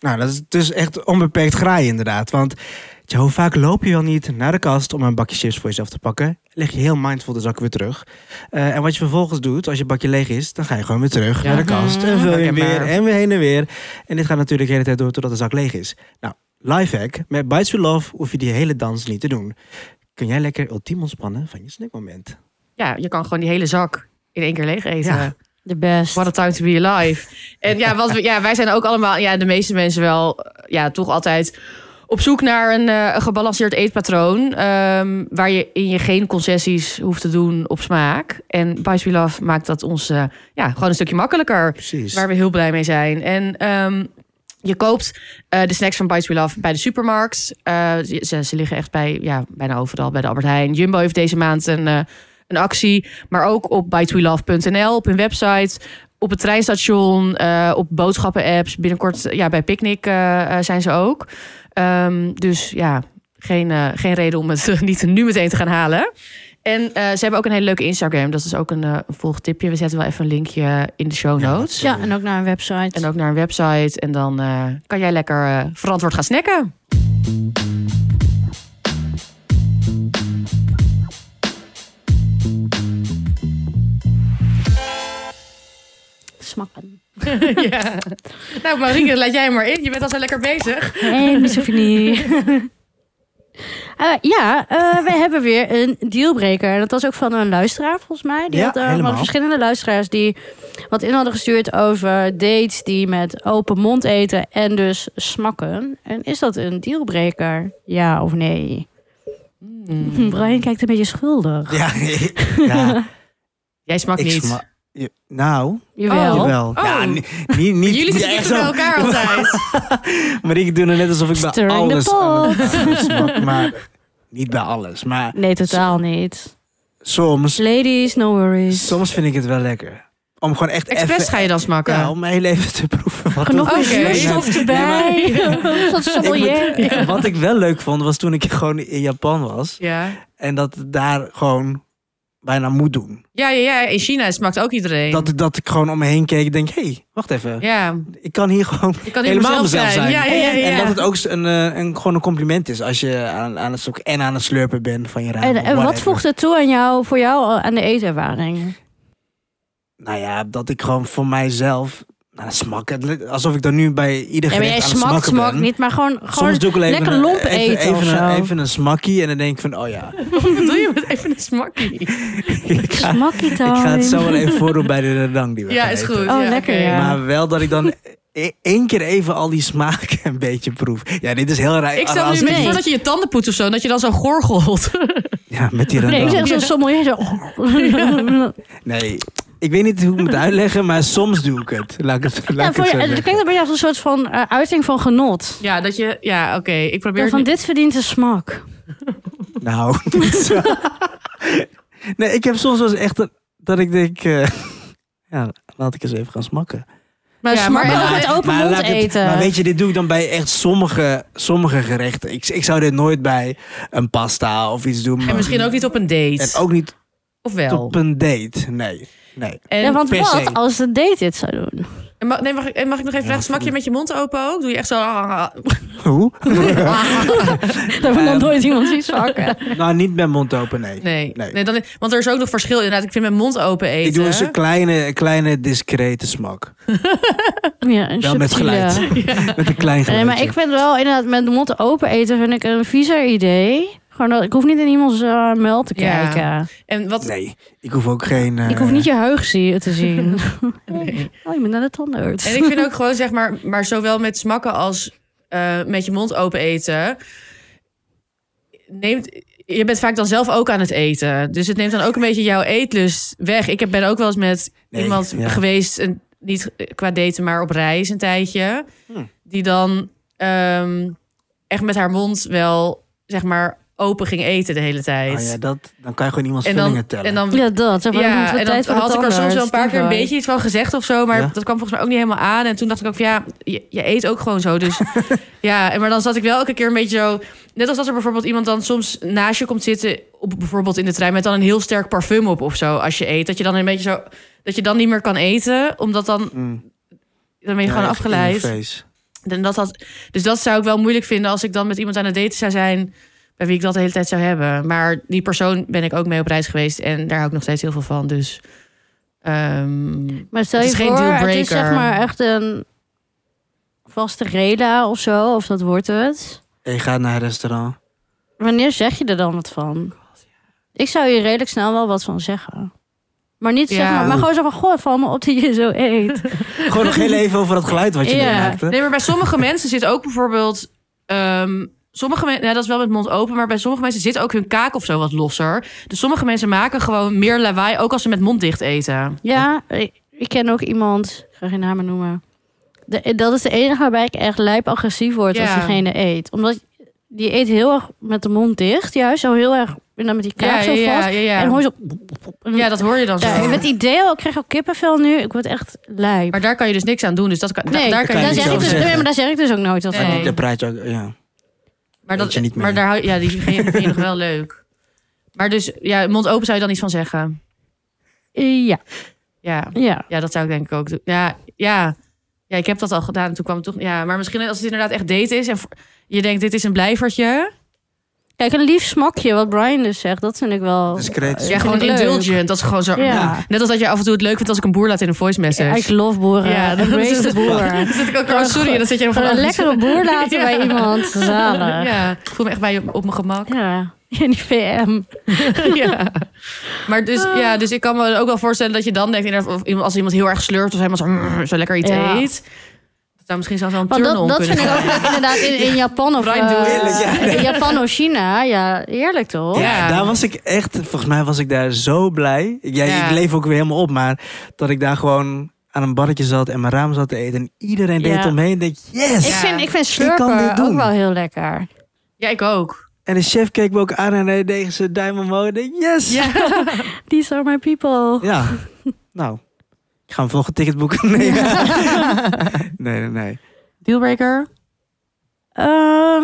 B: nou, dat is dus echt onbeperkt graai inderdaad. Want tja, hoe vaak loop je wel niet naar de kast om een bakje chips voor jezelf te pakken? Leg je heel mindful de zak weer terug. Eh, en wat je vervolgens doet, als je bakje leeg is, dan ga je gewoon weer terug
A: Ja. Mm,
B: naar de kast. En vul je hem weer
A: Herkenbaar.
B: en weer heen en weer. En dit gaat natuurlijk de hele tijd door totdat de zak leeg is. Nou, lifehack. Met Bites We Love hoef je die hele dans niet te doen. Kun jij lekker ultiem ontspannen van je snackmoment.
A: Ja, je kan gewoon die hele zak in één keer leeg eten.
B: Ja.
C: De best.
A: What a time to be alive. En ja, wat we, ja, wij zijn ook allemaal, ja, de meeste mensen wel, eh, ja, toch altijd op zoek naar een eh, gebalanceerd eetpatroon. ehm, waar je in je geen concessies hoeft te doen op smaak. En Bites We Love maakt dat ons eh, ja, gewoon een stukje makkelijker.
B: Precies.
A: Waar we heel blij mee zijn. En ehm, je koopt eh, de snacks van Bites We Love bij de supermarkt. Eh, ze, ze liggen echt bij, ja, bijna overal. Bij de Albert Heijn. Jumbo heeft deze maand een, eh, een actie. Maar ook op biteswelove.nl, op hun website. Op het treinstation, eh, op boodschappen-apps. Binnenkort ja, bij Picnic eh, eh, zijn ze ook. Ehm, dus ja, geen, eh, geen reden om het niet nu meteen te gaan halen. En eh, ze hebben ook een hele leuke Instagram. Dat is ook een, eh, een volgtipje. We zetten wel even een linkje in de show
B: Ja, dat
A: notes.
C: Ja, en ook naar een website.
A: En ook naar een website. En dan eh, kan jij lekker eh, verantwoord gaan snacken.
C: Smakken.
A: ja. Nou, Marieke, laat jij maar in. Je bent altijd lekker bezig.
C: Nee, misofonie. Eh ja, eh, we hebben weer een dealbreaker. En dat was ook van een luisteraar, volgens mij. Die
B: Ja,
C: had eh,
B: helemaal.
C: verschillende luisteraars die wat in hadden gestuurd over dates die met open mond eten en dus smakken. En is dat een dealbreaker? Ja of nee?
A: Mm.
C: Hm, Brian kijkt een beetje schuldig.
B: Ja, ja,
A: Jij smakt
B: ik
A: niet.
B: sma- je- Nou,
C: Jawel.
B: jawel.
A: Oh.
B: Ja, ni- niet, niet,
A: Jullie
B: niet
A: zitten
B: echt
A: bij
B: zo.
A: elkaar altijd.
B: Maar ik doe er net alsof ik bij
C: Stir in the
B: alles aan het-
C: pot.
B: aan het smak, maar niet bij alles. Maar
C: Nee, totaal niet.
B: soms,
C: Ladies, no worries.
B: soms vind ik het wel lekker. Om gewoon echt
A: Express
B: even...
A: ga je dan smakken.
B: Ja, om mijn hele even te proeven. Wat
C: Genoeg Oh,
A: Oké.
C: met zuurstof erbij. Dat is allemaal
B: Ik moet- wat ik wel leuk vond, was toen ik gewoon in Japan was.
A: Ja.
B: En dat het daar gewoon bijna moet doen.
A: Ja, ja, ja, in China smaakt ook iedereen.
B: Dat, ik- dat ik gewoon om me heen keek en denk, hé, hey, wacht even.
A: Ja,
B: Ik kan hier gewoon...
A: je kan niet
B: Helemaal
A: mezelf zijn.
B: mezelf
A: Ja,
B: zijn.
A: ja, ja, ja.
B: En dat het ook een, eh, een, gewoon een compliment is als je aan, aan het zoeken en aan het slurpen bent van je raam.
C: En,
B: of
C: en wat
B: Nou, whatever.
C: voegt het toe aan jou, voor jou eh, aan de eetervaring?
B: Nou ja, dat ik gewoon voor mijzelf... Nou, smakken. Alsof ik dan nu bij ieder
C: Ja, maar
B: gerecht
C: jij
B: aan het
C: smakt,
B: smakken
C: smakt
B: ben.
C: niet, maar gewoon,
B: Soms
C: gewoon
B: doe ik alleen
C: lekker
B: een-
C: lomp
B: even,
C: eten
B: even,
C: of
B: een,
C: zo.
B: even een smakkie en dan denk ik van, oh ja.
A: Wat doe je met even een smakkie?
B: ik, ga,
C: smakkie
B: ik ga het zo wel even voordoen bij de redang die we
A: Ja,
B: gaan
A: is
B: eten.
A: goed.
C: Oh,
A: ja,
C: lekker,
A: oké.
C: ja.
B: Maar wel dat ik dan e- één keer even al die smaken een beetje proef. Ja, dit is heel raar.
A: Ik stel nu
B: Als
A: een beetje
C: Nee.
A: voor dat je je tanden poetst of zo. En dat je dan zo gorgelt.
B: Ja, met die
C: Nee,
B: rendang.
C: ik zeg zo'n sommelier zo. Nou,
B: Nee, ik weet niet hoe ik moet uitleggen, maar soms doe ik het. Laat ik het, laat
C: Ja,
B: ik het
C: voor
B: zo
C: je, het
B: zeggen.
C: klinkt een beetje als een soort van eh, uiting van genot.
A: Ja, dat je... Ja, oké. Ik probeer...
C: Van
A: het nu-
C: dit verdient een smak.
B: Nou, niet zo. Nee, ik heb soms wel eens echt een- dat ik denk... eh, ja, laat ik eens even gaan smakken.
C: Maar
A: Ja,
C: smakken
A: maar-
C: ook met open mond
B: laat ik het-
C: eten.
B: maar weet je, dit doe ik dan bij echt sommige, sommige gerechten. Ik, ik zou dit nooit bij een pasta of iets doen.
A: En
B: maar-
A: misschien ook niet op een date.
B: En ook niet
A: of wel?
B: op een date. Nee, nee.
A: En,
C: ja, want
B: per se.
C: wat als de date dit zou doen?
A: en mag, nee, mag, ik- en mag ik nog even vragen? Smak je met je mond open ook? Doe je echt zo... ah,
B: Hoe?
C: Dat we dan
B: Ehm.
C: nooit iemand zien zakken.
B: nou, niet met mond open, nee.
A: Nee.
B: Nee.
A: nee. dan, want er is ook nog verschil inderdaad. Ik vind mijn mond open eten...
B: Ik doe eens een kleine, kleine discrete smak.
C: Ja, een
B: Wel met
C: subtiele-
B: geluid. Met een klein
C: Nee,
B: geluid.
C: maar ik vind wel inderdaad met de mond open eten vind ik een viezer idee. Gewoon dat, ik hoef niet in iemands eh muil te
A: Ja.
C: kijken.
A: En wat...
B: Nee, ik hoef ook geen... eh,
C: Ik hoef niet je heug zie- te zien.
A: Nee.
C: Oh, je moet naar de tandarts.
A: En ik vind ook gewoon, zeg maar, maar zowel met smakken als eh, met je mond open eten. Neemt, je bent vaak dan zelf ook aan het eten. Dus het neemt dan ook een beetje jouw eetlust weg. Ik heb- ben ook wel eens met
B: Nee,
A: iemand
B: ja.
A: geweest, en niet qua daten, maar op reis een tijdje.
B: Hm.
A: Die dan ehm, echt met haar mond wel, zeg maar, open ging eten de hele tijd.
B: Ah ja, dat, dan kan je gewoon iemands
A: en,
B: vullingen
A: dan,
B: tellen.
A: en dan
C: Ja, dat. Zeg maar, dan moeten
A: ja,
C: we
A: en
C: hmm, tijd
A: dan
C: voor de
A: had ik er soms wel een
C: tandarts.
A: paar keer een
C: Die
A: beetje iets van gezegd of zo. Maar
B: Ja.
A: dat kwam volgens mij ook niet helemaal aan. En toen dacht ik ook van ja, je, je eet ook gewoon zo. Dus ja, en maar dan zat ik wel elke keer een beetje zo... Net als dat er bijvoorbeeld iemand dan soms naast je komt zitten... Op, bijvoorbeeld in de trein met dan een heel sterk parfum op of zo als je eet. Dat je dan een beetje zo... Dat je dan niet meer kan eten, omdat dan...
B: Mm.
A: Dan ben je
B: Ja,
A: gewoon
B: echt in je
A: afgeleid.
B: face.
A: En dat had, dus dat zou ik wel moeilijk vinden als ik dan met iemand aan het daten zou zijn... bij wie ik dat de hele tijd zou hebben. Maar die persoon ben ik ook mee op reis geweest... en daar hou ik nog steeds heel veel van, dus... ehm,
C: Maar stel
A: Het
C: je
A: is geen
C: voor, het is
A: dealbreaker.
C: zeg maar echt een vaste rela of zo, of dat wordt het.
B: En je gaat naar een restaurant.
C: Wanneer zeg je er dan wat van? Ik zou hier redelijk snel wel wat van zeggen. Maar niet
A: Ja.
C: zeg maar, maar gewoon zo van, goh, val me op dat je zo eet.
B: Gewoon nog heel even over dat geluid wat je
C: Ja.
B: maakte.
A: Nee, maar bij sommige mensen zit ook bijvoorbeeld... ehm, sommige mensen, dat is wel met mond open... maar bij sommige mensen zit ook hun kaak of zo wat losser. Dus sommige mensen maken gewoon meer lawaai... ook als ze met mond dicht eten.
C: Ja, ik, ik ken ook iemand, ik ga geen namen noemen. De- dat is de enige waarbij ik echt lijp agressief word als
A: Ja.
C: diegene eet. Omdat die eet heel erg met de mond dicht, juist zo heel erg en dan met die kaak zo vast.
A: ja, ja, ja.
C: En hoor je zo...
A: Ja, dat hoor je dan
C: Ja,
A: zo.
C: het idee al, ik krijg al kippenvel nu. Ik word echt lijp.
A: Maar daar kan je dus niks aan doen. Dus dat kan, da-
C: nee,
A: daar kan je
B: daar
A: niks
B: niet
C: zeg ik
A: over zeggen.
C: dus,
B: zeggen.
C: nee, maar daar zeg ik dus ook nooit wat
A: Nee.
C: van.
B: Daar praat je ook... Ja.
A: Maar,
B: Weet je niet
A: dat, maar
B: meer.
A: daar hou, ja, die vind je, vind je nog wel leuk. Maar dus, ja, mond open zou je dan iets van zeggen.
C: Eh, Ja,
A: Ja,
C: ja.
A: ja dat zou ik denk ik ook doen. Ja, ja. ja, ik heb dat al gedaan en toen kwam het toch... Ja, maar misschien als het inderdaad echt date is en voor- je denkt dit is een blijvertje.
C: Kijk, een lief smakje, wat Brian dus zegt, dat vind ik wel...
B: Discreet.
A: Ja,
C: vind
A: gewoon
C: ik leuk.
A: indulgent. Dat is gewoon zo...
C: Ja. Ja.
A: Net als dat je af en toe het leuk vindt als ik een boer laat in een voice message.
C: ik love boeren.
A: Ja, dat
C: Embrace
A: is-
C: de boer.
A: Dan zit ik ook gewoon, sorry, en dan zit je
C: Gewoon
A: helemaal
C: een
A: van...
C: lekkere boer laten
A: Ja.
C: bij iemand. Zalig.
A: Ja, ik voel me echt bij op mijn gemak.
C: Ja, in die VM.
A: ja. Maar dus, ja, dus ik kan me ook wel voorstellen dat je dan denkt... inderdaad, of iemand- als iemand heel erg slurpt of helemaal zo, mm, zo lekker iets
C: Ja.
A: eet... dat zou misschien zelfs wel een
C: Want
A: turn-on
C: dat, dat
A: kunnen
C: vind ik
A: zijn.
C: ook inderdaad in, in Japan of
A: Brian, doe
C: eh,
B: eerlijk, ja.
C: in Japan of China. Ja, heerlijk toch?
A: Ja.
B: Ja, daar was ik echt... Volgens mij was ik daar zo blij. Ik- Ja,
A: Ja.
B: Ik leef ook weer helemaal op, maar dat ik daar gewoon aan een barretje zat en mijn raam zat te eten. En iedereen deed
C: Ja.
B: het omheen. En ik dacht, yes!
C: Ik, vind, ik vind
B: Ik kan dit
C: slurpen
B: doen.
C: ook wel heel lekker.
A: Ja, ik ook.
B: En de chef keek me ook aan en hij deed zijn duim omhoog. En ik dacht, yes!
A: Ja.
C: These are my people.
B: Ja, nou. Ik ga een volgend ticket boeken. Nee, nee, nee. nee.
A: Dealbreaker?
C: Ehm,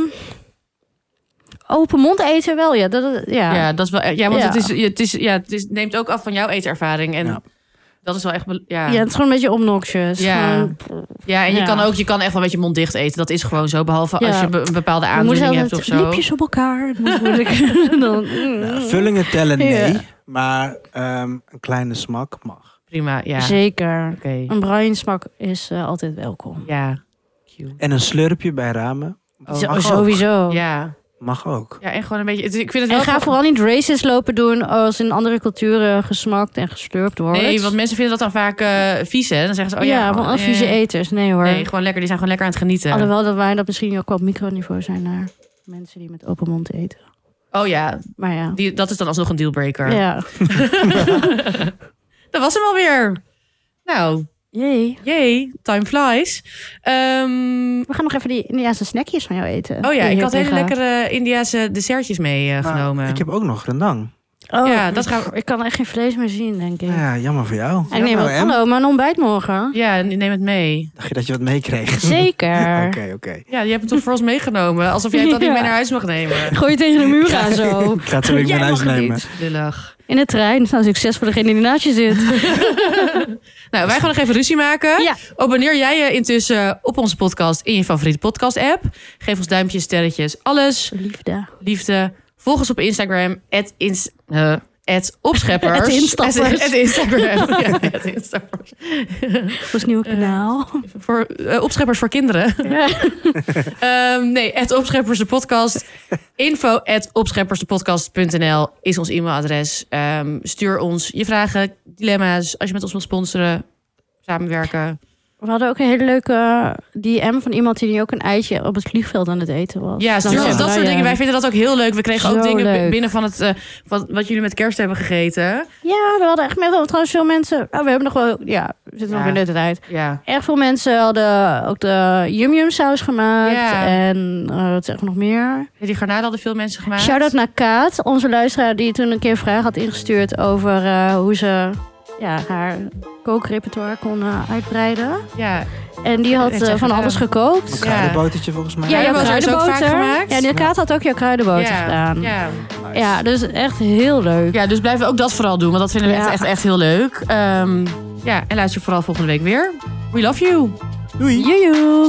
C: open mond eten wel, ja. Dat, dat- ja.
A: Ja. dat is wel. e- Ja, want
C: Ja.
A: Het, is, het, is, ja, het is, neemt ook af van jouw eetervaring. En
B: Ja.
A: dat is wel echt. be- Ja,
C: Ja, het is gewoon een beetje obnoxious.
A: Ja.
C: Gewoon,
A: ja en je
C: Ja.
A: kan ook. Je kan echt wel met je mond dicht eten. Dat is gewoon zo. Behalve
C: Ja.
A: als je be- een bepaalde
C: we moeten
A: aandoening hebt of
C: altijd
A: zo.
C: lipjes op elkaar. Het moet moeilijk. Dan, mm.
B: Nou, vullingen tellen
C: Ja.
B: nee, maar ehm, een kleine smak mag.
A: Prima. Ja. Oké.
C: Zeker. Een bruinsmak is eh, altijd welkom.
A: Ja. Cute.
B: En een slurpje bij ramen
A: Oh,
C: Zo-
B: mag ook.
C: sowieso.
A: Ja.
B: mag ook.
A: ja, en gewoon een beetje. het is- Ik vind het
C: En
A: wel
C: ga vooral niet racist lopen doen als in andere culturen gesmakt en geslurpt wordt.
A: Nee, want mensen vinden dat dan vaak eh vies, hè? Dan zeggen ze, oh ja,
C: ja, van
A: gewoon,
C: advieze
A: eh,
C: eters. Nee hoor.
A: Nee, gewoon lekker. Die zijn gewoon lekker aan het genieten.
C: Alhoewel dat wij dat misschien ook wel op microniveau zijn naar mensen die met open mond eten.
A: Oh ja,
C: Maar ja.
A: die, dat is dan alsnog een dealbreaker.
C: Ja.
A: Dat was hem alweer. Nou,
C: Jee.
A: jee, time flies. Ehm,
C: We gaan nog even die Indiaanse snackjes van jou eten.
A: oh ja,
C: Die
A: ik
C: hier
A: had hele
C: liggen.
A: lekkere Indiase dessertjes eh,
B: Maar
A: meegenomen.
B: Ah, Ik heb ook nog rendang.
C: Oh,
A: Ja, dat gaan we-
C: Ik kan echt geen vlees meer zien, denk ik.
B: Nou Ja, jammer voor jou.
C: En ik neem
B: Jammer,
C: ook,
B: Em.
C: hallo, mijn ontbijt morgen.
A: Ja, neem het mee.
B: Dacht je dat je wat meekreeg?
C: Zeker.
B: Oké, oké.
A: Ja, je hebt het toch voor ons meegenomen. Alsof jij dat niet
C: Ja.
A: mee naar huis mag nemen.
C: Gooi je tegen de muur aan zo.
B: Ik ga het zo weer
C: Jij
B: naar
C: mag
B: huis
C: het
B: nemen.
C: niet.
A: Lullig.
C: In de trein. Nou, succes voor degene die naast je zit.
A: Nou, wij gaan nog even ruzie maken.
C: Ja.
A: Abonneer jij je intussen op onze podcast in je favoriete podcast app. Geef ons duimpjes, sterretjes, alles.
C: Liefde.
A: liefde. Volg ons op Instagram. At ins, eh, at opscheppers.
C: Het instappers.
A: At- at Instagram. ja, at instappers.
C: Voor het
A: Eh,
C: nieuwe kanaal.
A: Voor, eh, opscheppers voor kinderen. Ehm, nee, at opscheppers de podcast. Info at opscheppersdepodcast.nl is ons e-mailadres. Ehm, stuur ons je vragen, dilemma's. Als je met ons wilt sponsoren, samenwerken.
C: We hadden ook een hele leuke DM van iemand die nu ook een eitje op het vliegveld aan het eten was.
A: Ja, stuur
B: ja.
A: ons dat soort dingen. Wij vinden dat ook heel leuk. We kregen ook
C: Zo
A: dingen
C: leuk.
A: binnen van het, eh, wat, wat jullie met kerst hebben gegeten.
C: Ja, we hadden echt met trouwens veel mensen. Oh, we hebben nog wel. Ja, we zitten nog
A: Ja.
C: in de tijd.
A: Ja.
C: Erg veel mensen hadden ook de yum yum saus gemaakt.
A: Ja.
C: En eh, wat zeggen we nog meer?
A: Die garnalen hadden veel mensen gemaakt.
C: Shout-out naar Kaat, onze luisteraar die toen een keer een vraag had ingestuurd over eh, hoe ze ja, haar kookrepertoire kon eh, uitbreiden.
A: Ja,
C: En die had
A: Heeft zij
C: eh, van
A: gedaan.
C: alles gekookt.
B: Een kruidenbotertje volgens mij.
A: Ja,
C: jouw
A: kruidenboter is ook vaak gemaakt.
C: Ja, die Kaat had ook jouw kruidenboter
A: ja,
C: gedaan.
A: ja.
B: Nice.
C: Ja, dus echt heel leuk.
A: ja, dus blijven ook dat vooral doen, want dat vinden we
C: Ja.
A: echt, echt, echt heel leuk. Ehm, ja, en luister vooral volgende week weer. We love you.
B: Doei!
C: Joejoe!